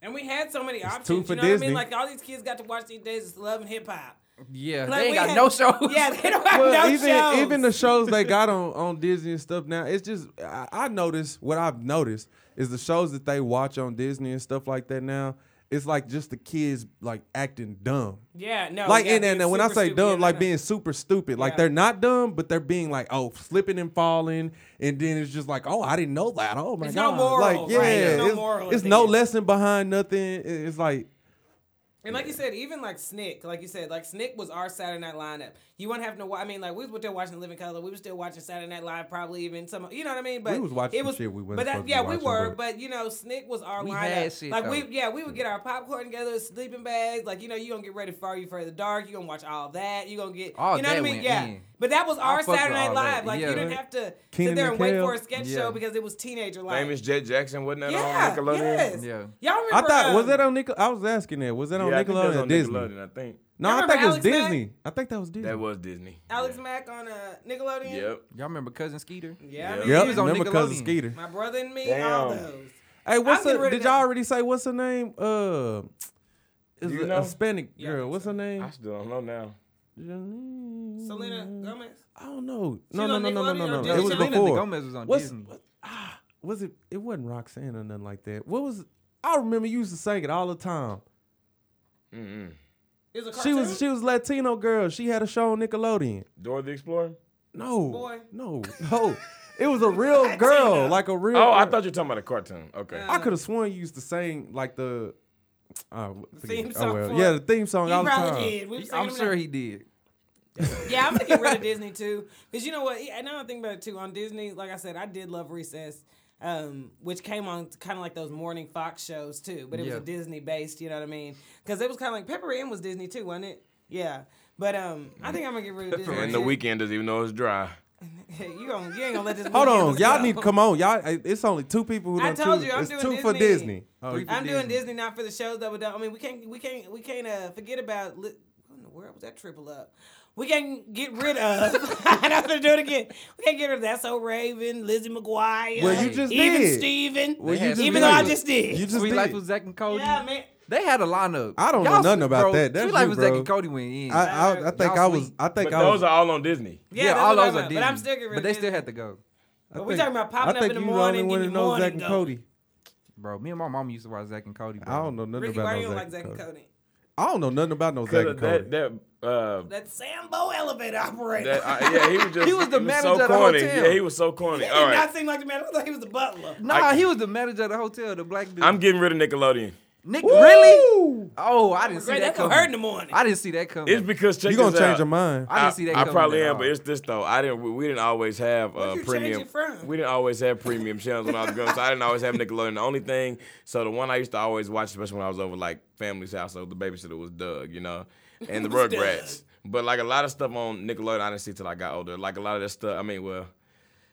And we had so many options. two you for know what I Disney. mean? Like all these kids got to watch these days is love and hip hop. Yeah, Like, they we ain't got had- no shows. Yeah, they don't have Well, no even shows. even the shows they got on on Disney and stuff now, it's just I, I noticed what I've noticed is the shows that they watch on Disney and stuff like that now. It's like just the kids like acting dumb. yeah, no. like Oh, yeah, and, being and when I super say stupid, yeah, dumb, no, like no. being super stupid. Like Yeah. they're not dumb, but they're being like, oh, slipping and falling, and then it's just like, oh, I didn't know that. Oh my There's no god, moral, like right? yeah, There's no it's, moral it's at no the end. lesson behind nothing. It- It's like And like you said, even like Snick, like you said, like Snick was our Saturday Night lineup. You wouldn't have to. wa- I mean, like we was still watching Living Color. We were still watching Saturday Night Live, probably even some. You know what I mean? But We was watching it was, shit we wasn't But supposed to be yeah, we watching, were. But, but- you know, Snick was our We lineup. had shit, like we, though. yeah, we would get our popcorn together, sleeping bags. Like you know, you gonna get ready for you for the dark. You gonna watch all that. You gonna get. All you know what I that mean? went Yeah. in. But that was our fucked with Saturday Night all that. Live. Like you Yeah. didn't have to sit Keenan there and and wait Kel. for a sketch Yeah. show because it was teenager life. Famous Jet Jackson wasn't that yeah. on Nickelodeon? Yes. Yeah. Y'all remember? I thought was um, that on Nickel? I was asking that was that on yeah, I think that was Nickelodeon on or Disney? Nickelodeon, I think No, Y'all I think it was remember Alex Disney. I think that was Disney. that was Disney. Alex Mack on uh, Nickelodeon. Yep. Y'all remember Cousin Skeeter? Yeah. Yep. I Yep, He was on remember cousin Nickelodeon. Skeeter. mean, My brother and me, Damn. all those. Hey, what's I'll get her? rid of Did that. y'all already say what's her name? Uh, is You a know? Hispanic Yeah, I girl. think What's her name? I still don't know now. Janine. Selena Mm-hmm. Gomez. I don't know. No, on no, no, no, no, Nickelodeon no, or no. Disney? It was Selena before. Gomez was on What's, Disney. what, ah, was it? It wasn't Roxanne or nothing like that. What was? I remember you used to sing it all the time. Mm-mm. Is a She cartoon. was she was Latino girl. She had a show on Nickelodeon. Dora the Explorer. No, Boy. no, no. It was a real girl, like a real. Oh, I girl. thought you were talking about a cartoon. Okay. Uh, I could have sworn you used to sing like the. Uh, theme song for- yeah, the theme song all You the time. probably did. We was I'm thinking sure about- he did. Yeah, I'm gonna get rid of Disney too, because you know what? And now I think about it too. On Disney, like I said, I did love Recess, um, which came on kind of like those morning Fox shows too, but it was Yeah. a Disney based. You know what I mean? Because it was kind of like Pepper Ann was Disney too, wasn't it? Yeah. But um, I think I'm gonna get rid of Disney. And the weekend doesn't even know it's dry. you, gonna, you ain't gonna let this. Hold weekend on, just y'all go. need to come on, y'all. I- It's only two people who I done told two. you, I'm it's doing two for Disney. Disney. Oh, Three for I'm doing Disney. Disney not for the shows that were done. I mean, we can't we can't we can't uh, forget about li- what in the world was that triple up? We can't get rid of. I have to do it again. We can't get rid of that's so Raven, Lizzie McGuire. Well, you just even did. Steven. Well, you just even did. though I just did. You just Sweet did. Life with Zach and Cody. yeah, man. They had a lineup. I don't know nothing about bro, that. That's Sweet Life you, with bro. Zach and Cody went in. I, I, I think Y'all I was. sweet. I think But I those was. are all on Disney. Yeah, yeah, that's all what I'm those are about. Disney. But I'm still getting rid But of they still Disney. had to go. I we think- talking about popping I up think in the you only morning, get one that your knows morning Zach and going. Cody. Bro, me and my mom used to watch Zach and Cody. Bro. I don't know nothing Ricky, about why no you don't like Zach and Zach and Cody. Cody? I don't know nothing about no Zach That, and Cody. that, that, uh, That Sambo elevator operator. that, I, yeah, he was just. He was the so manager of the corny. hotel. Yeah, he was so corny. he All did right. not seem like the man. I thought he was the butler. Nah, I- he was the manager of the hotel, the black dude. I'm getting rid of Nickelodeon. Nick, really? Woo! Oh, I didn't see Great, that that could coming. hurt in the morning. I didn't see that coming. It's because check You gonna this change out. your mind? I didn't see that I coming probably at am, all. but it's this though. I didn't. We, we didn't always have uh, you change premium. it from? We didn't always have premium channels when I was growing up. So I didn't always have Nickelodeon. The only thing, so the one I used to always watch, especially when I was over like family's house, so the babysitter was Doug, you know, and the Who's Doug? Rugrats. But like a lot of stuff on Nickelodeon, I didn't see till I got older. Like a lot of that stuff. I mean, well,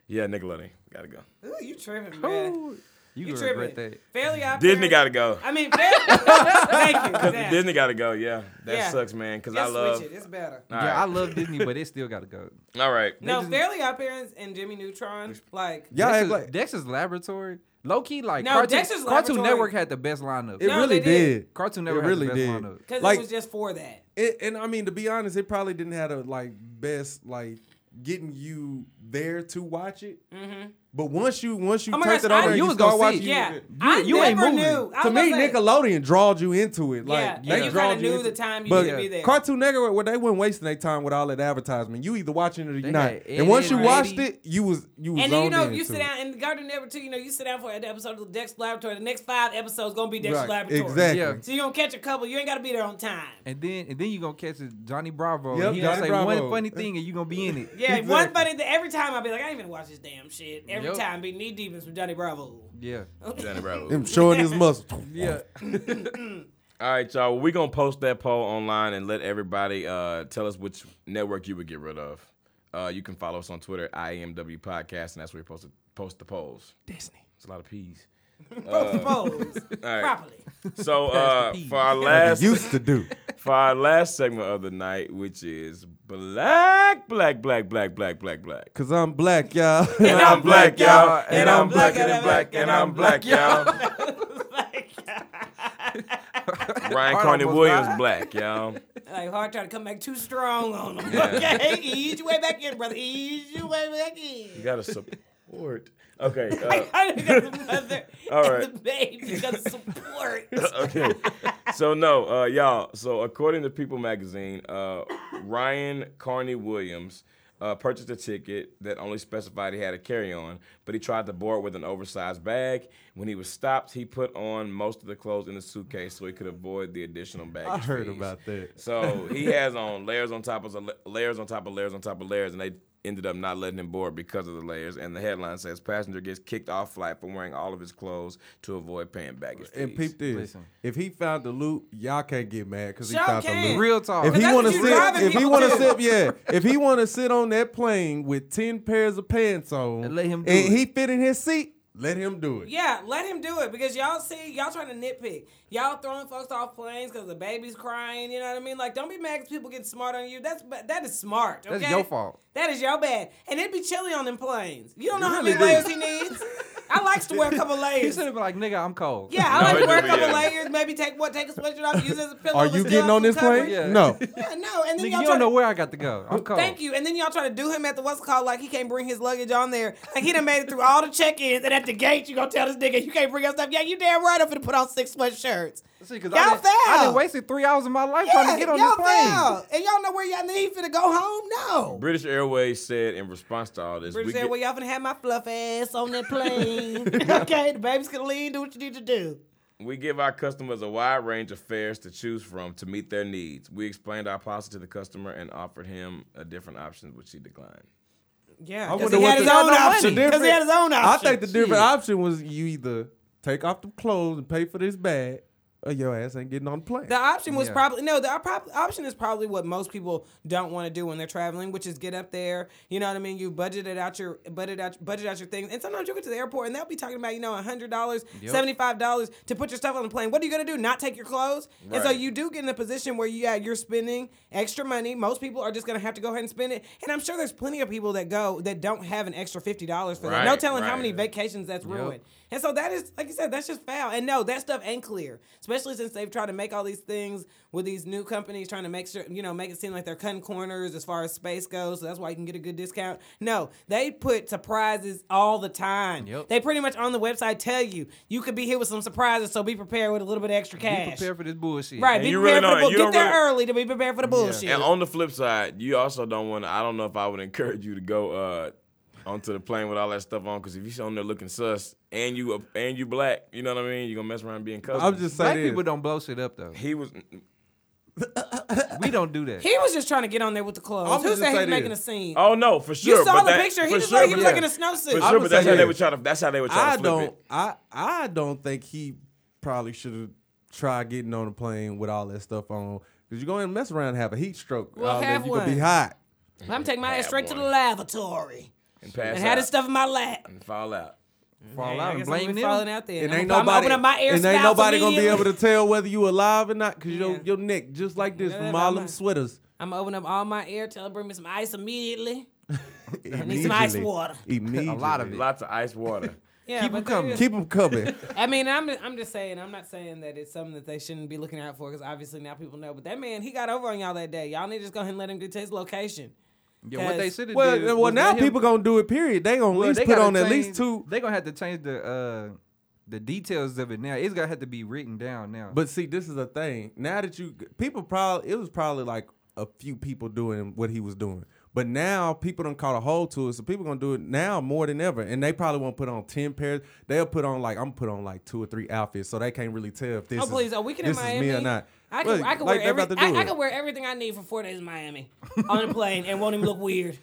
yeah, Nickelodeon gotta go. Ooh, you tripping, man. You, You gonna tripping. regret that. Fairly Odd Disney Parents- gotta go. I mean, fair. thank you. Yeah. Disney gotta go. Yeah, that Yeah. sucks, man. Cause Just I love. switch it. It's better. All Yeah, I right. love Disney, but it still gotta go. All right. No, just- Fairly Odd Parents and Jimmy Neutron, like. Y'all act Dexter's, like Dexter's Laboratory, low key like No, Cartoon, Dexter's Cartoon Laboratory- Network had the best lineup. it No, really they did. did. Cartoon It Network really had the best did. lineup. Because Like- it was just for that. It, and I mean, to be honest, it probably didn't have a like best like getting you there to watch it. Mm-hmm. But once you once you Oh my turned gosh, it over, I- and you you was start gonna see watching. it. Yeah. it- I you ain't never moving. knew. I to was me, gonna say- Nickelodeon drawed you into it. Yeah, Like and they you drawed kinda knew into the it. time you But could be there. Cartoon Network, where they weren't wasting their time with all that advertisement. You either watching it or you They not. had Ed, And once you Ed, watched Eddie. it, you was you was And then, you zoned know, in you to sit it. down, and Garden Never too, you know, you sit down for an episode of the Dexter's Laboratory. The next five episodes going to be Dexter's Right, Laboratory. Exactly. Yeah. So you're going to catch a couple. You ain't got to be there on time. And then and then you gonna catch it, Johnny Bravo. Yep, and he gonna Johnny say Bravo. one funny thing and you gonna be in it. Yeah, one Exactly. funny thing. Every time I'll be like, I ain't even watch this damn shit. Every Yep. time, be knee deep in some Johnny Bravo. Yeah. Johnny Bravo. Him showing his muscles. Yeah. All right, y'all. We're gonna post that poll online and let everybody uh, tell us which network you would get rid of. Uh, you can follow us on Twitter, IMW Podcast, and that's where you're supposed to post the polls. Disney. It's a lot of peas. Uh, Both pose All right. properly. So Pass uh, the peas. for our Like last it used to do. for our last segment of the night, which is black, black, black, black, black, black, black. Cause I'm black, y'all. And I'm black, y'all. And I'm blacker than black. And I'm black, y'all. Ryan Carney almost Williams, died. black, y'all. Like hard trying to come back too strong on them. Yeah. Okay, ease your way back in, brother. Ease your way back You in. gotta support. Okay. Uh, I got the mother All and right. the baby got support. okay. So no, uh, y'all. So according to People Magazine, uh, Ryan Carney Williams uh, purchased a ticket that only specified he had a carry-on, but he tried to board with an oversized bag. When he was stopped, he put on most of the clothes in the suitcase so he could avoid the additional baggage. I heard fees. about that. So he has on layers on top of la- layers on top of layers on top of layers, and they ended up not letting him board because of the layers. And the headline says passenger gets kicked off flight for wearing all of his clothes to avoid paying baggage fees. And peep this. Listen. If he found the loot, y'all can't get mad because he Y'all found the can't. loot. Real talk. If But he that's want to what you driving sit, if he people want to to. sit, yeah. If he want to sit on that plane with ten pairs of pants on, And let him do and it. he fit in his seat, Let him do it. Yeah, let him do it because y'all see, y'all trying to nitpick. Y'all throwing folks off planes because the baby's crying. You know what I mean? Like, don't be mad 'cause people get smart on you. That's but that is smart. That's okay? your fault. That is your bad. And it'd be chilly on them planes. You don't know how really many do. layers he needs. I likes to wear a couple He layers. should have been like, nigga, I'm cold. Yeah, I No, like it to wear a do be, couple yeah. layers. Maybe take what, take a sweatshirt off, use it as a pillow. Are to you still getting have on some this plane? coverage. Yeah. No. Yeah, no. And then y'all Nigga, you try don't know to- where I got to go. I'm cold. Thank you. And then y'all try to do him at the what's it called like he can't bring his luggage on there. Like he done made it through all the check-ins and at the gate you gonna tell this nigga you can't bring your stuff. Yeah, you damn right I'm finna put on six sweatshirts. See, cause Y'all I done, I fell. done wasted three hours of my life trying Yeah, to get on y'all this plane. fell. And y'all know where y'all then he finna go home? No. British Airways said in response to all this, British we said, get- well, y'all finna have my fluff ass on that plane. okay, the babies can lean, do what you need to do. We give our customers a wide range of fares to choose from to meet their needs. We explained our policy to the customer and offered him a different option, which he declined. Yeah, I because wonder he what had the- his own option. The Because he had his own I option. think the different option was you either take off the clothes and pay for this bag, or your ass ain't getting on the plane. The option was Yeah. probably no. The op- option is probably what most people don't want to do when they're traveling, which is get up there. You know what I mean? You budgeted out your budgeted out budget out your things, and sometimes you will get to the airport and they'll be talking about you know hundred dollars, seventy five dollars to put your stuff on the plane. What are you gonna do? Not take your clothes? And so Right. you do get in a position where you yeah, you're spending extra money. Most people are just gonna have to go ahead and spend it, and I'm sure there's plenty of people that go that don't have an extra fifty dollars for that. No Right, telling how right. many vacations that's ruined. And so that is, like you said, that's just foul. And no, that stuff ain't clear, especially since they've tried to make all these things with these new companies trying to make sure, you know, make it seem like they're cutting corners as far as space goes. So that's why you can get a good discount. No, they put surprises all the time. Yep. They pretty much on the website tell you, you could be here with some surprises, so be prepared with a little bit of extra Be cash. prepared for this bullshit. Right, And be you really prepared don't- for the bullshit. you Get don't there really- early to be prepared for the bullshit. And on the flip side, you also don't want to. I don't know if I would encourage you to go uh, onto the plane with all that stuff on, because if you're on there looking sus and you and you black, you know what I mean. You're gonna mess around being cussed. I'm just Black saying. people don't blow shit up though. He was. We don't do that. he was just trying to get on there with the clothes. I'm Who just said he say was this. making a scene? Oh no, for sure. you saw but the that- picture. He for just sure, like he was but- like in a For snowsuit. sure, would but that's say how they this. would try to. That's how they would try I to flip don't. it. I I don't think he probably should have tried getting on the plane with all that stuff on because you're going to mess around and have a heat stroke. Well, all that, have you gonna one. be hot. I'm taking my ass Bad straight to the boy. lavatory And pass and out had his stuff in my lap. and fall out. Fall Man, I out and guess I'm blame gonna be falling them. out there. And I'm ain't gonna- I'm nobody, opening my air and ain't spout nobody gonna be immediately. able to tell whether you alive or not because your Yeah. your neck just like this Yeah, from that's all my- them sweaters. I'm gonna open up all my air. Tell her bring me some ice immediately. I need some ice water. Immediately. A lot of it. Lots of ice water. Yeah, Keep but 'em they coming. just- Keep them coming. I mean, I'm I'm just saying. I'm not saying that it's something that they shouldn't be looking out for because obviously now people know. But that man, he got over on y'all that day. Y'all need to just go ahead and let him get to his location. Yeah, what they Yes. should have well, did. well, was now let him- people gonna do it. Period. They gonna at Well, least they put gotta on at least change- two. They gonna have to change the uh the details of it now. It's gonna have to be written down now. But see, this is the thing. Now that you people probably it was probably like a few people doing what he was doing. But now people don't caught a hold to it, so people gonna do it now more than ever. And they probably won't put on ten pairs. They'll put on like I'm put on like two or three outfits, so they can't really tell if this Oh is please! Oh, we can this in is Miami. me or not. I can, Look, I can wear like they're every, about to do I, I it. can wear everything I need for four days in Miami on a plane and won't even look weird.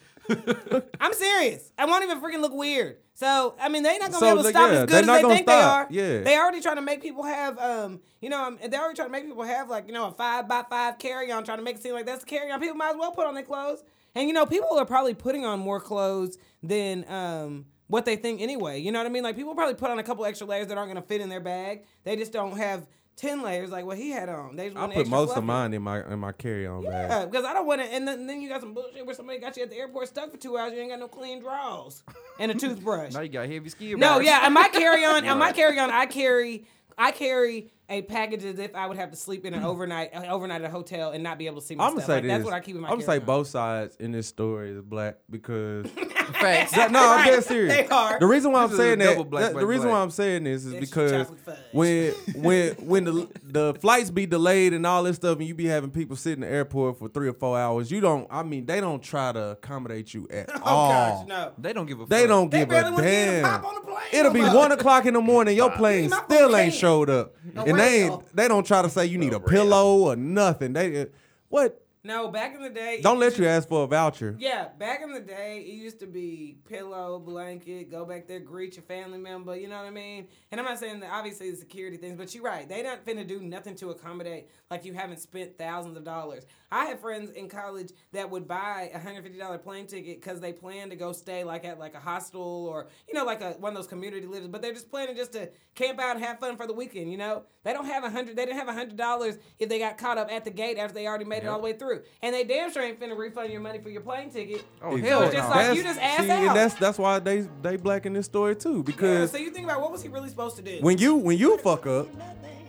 I'm serious. I won't even freaking look weird. So I mean, they're not gonna So, be able to like, stop yeah, as they're good as not they gonna think stop. they are. Yeah. They already trying to make people have, um, you know, um, they already trying to make people have like you know a five by five carry on, trying to make it seem like that's a carry on. People might as well put on their clothes. And you know, people are probably putting on more clothes than um what they think anyway. You know what I mean? Like people probably put on a couple extra layers that aren't gonna fit in their bag. They just don't have ten layers like what he had on. They just I want put extra most fluff. of mine in my in my carry on bag. Yeah, because I don't want to. And then, then you got some bullshit where somebody got you at the airport stuck for two hours. You ain't got no clean drawers and a toothbrush. now you got heavy ski. No, bags. yeah. And my carry on, and my carry on, I carry, I carry a package as if I would have to sleep in an overnight, an overnight at a hotel and not be able to see my I'm gonna stuff. say Like, this. That's what I keep in my. I'm gonna say carry-on. both sides in this story is black because Facts. That- no, I'm dead Right. serious. They are. The reason why This I'm is a saying that, double black, that- the black, reason black. why I'm saying this is That's because chocolate fudge. when when when the the flights be delayed and all this stuff, and you be having people sit in the airport for three or four hours, you don't. I mean, they don't try to accommodate you at Oh all. gosh, no. They don't give a. They fuck. don't They give barely a wanna get a damn. pop on the plane. It'll be Come on. one o'clock in the morning. Your plane my still phone ain't can. showed up, No and they real. ain't, they don't try to say you need a real. pillow or nothing. They what? No, back in the day. it Don't used let to- you ask for a voucher. Yeah, back in the day, it used to be pillow, blanket, go back there, greet your family member, you know what I mean? And I'm not saying that obviously the security things, but you're right. They not finna do nothing to accommodate like you haven't spent thousands of dollars. I had friends in college that would buy a $150 plane ticket because they plan to go stay like at like a hostel or, you know, like a one of those community lives, but they're just planning just to camp out and have fun for the weekend, you know? They don't have a hundred they didn't have a hundred dollars if they got caught up at the gate after they already made it all the way through. And they damn sure ain't finna refund your money for your plane ticket. Oh Exactly. hell Just no. like you just asked see, out. and that's that's why they they black in this story too Yeah, because so you think about what was he really supposed to do? when you when you fuck up,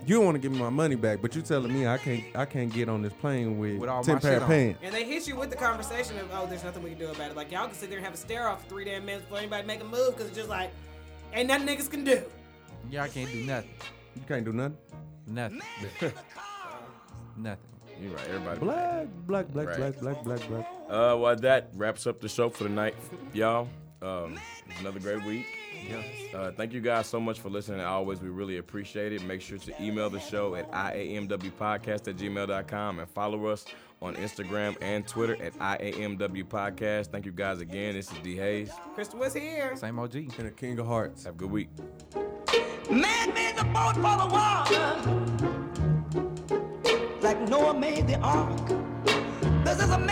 you don't want to give me my money back, but you telling me I can't I can't get on this plane with, With all my ten pair shit of on. pants. and they hit you with the conversation of, oh, there's nothing we can do about it. Like, y'all can sit there and have a stare off for three damn minutes before anybody make a move because it's just like, ain't nothing niggas can do. Y'all can't do nothing. You can't do nothing. Nothing. Nothing. You're right, everybody. Black, black, black, Right. black, black, black, black. Uh, well, that wraps up the show for the night, y'all. Um, another great week. Yeah. Uh, thank you guys so much for listening. As Always, we really appreciate it. Make sure to email the show at iamwpodcast at gmail.com and follow us on Instagram and Twitter at iamwpodcast. Thank you guys again. This is D Hayes. Kristen was here. Same OG. And a king of hearts. Have a good week. Man made the boat for the water, like Noah made the ark. This is a man.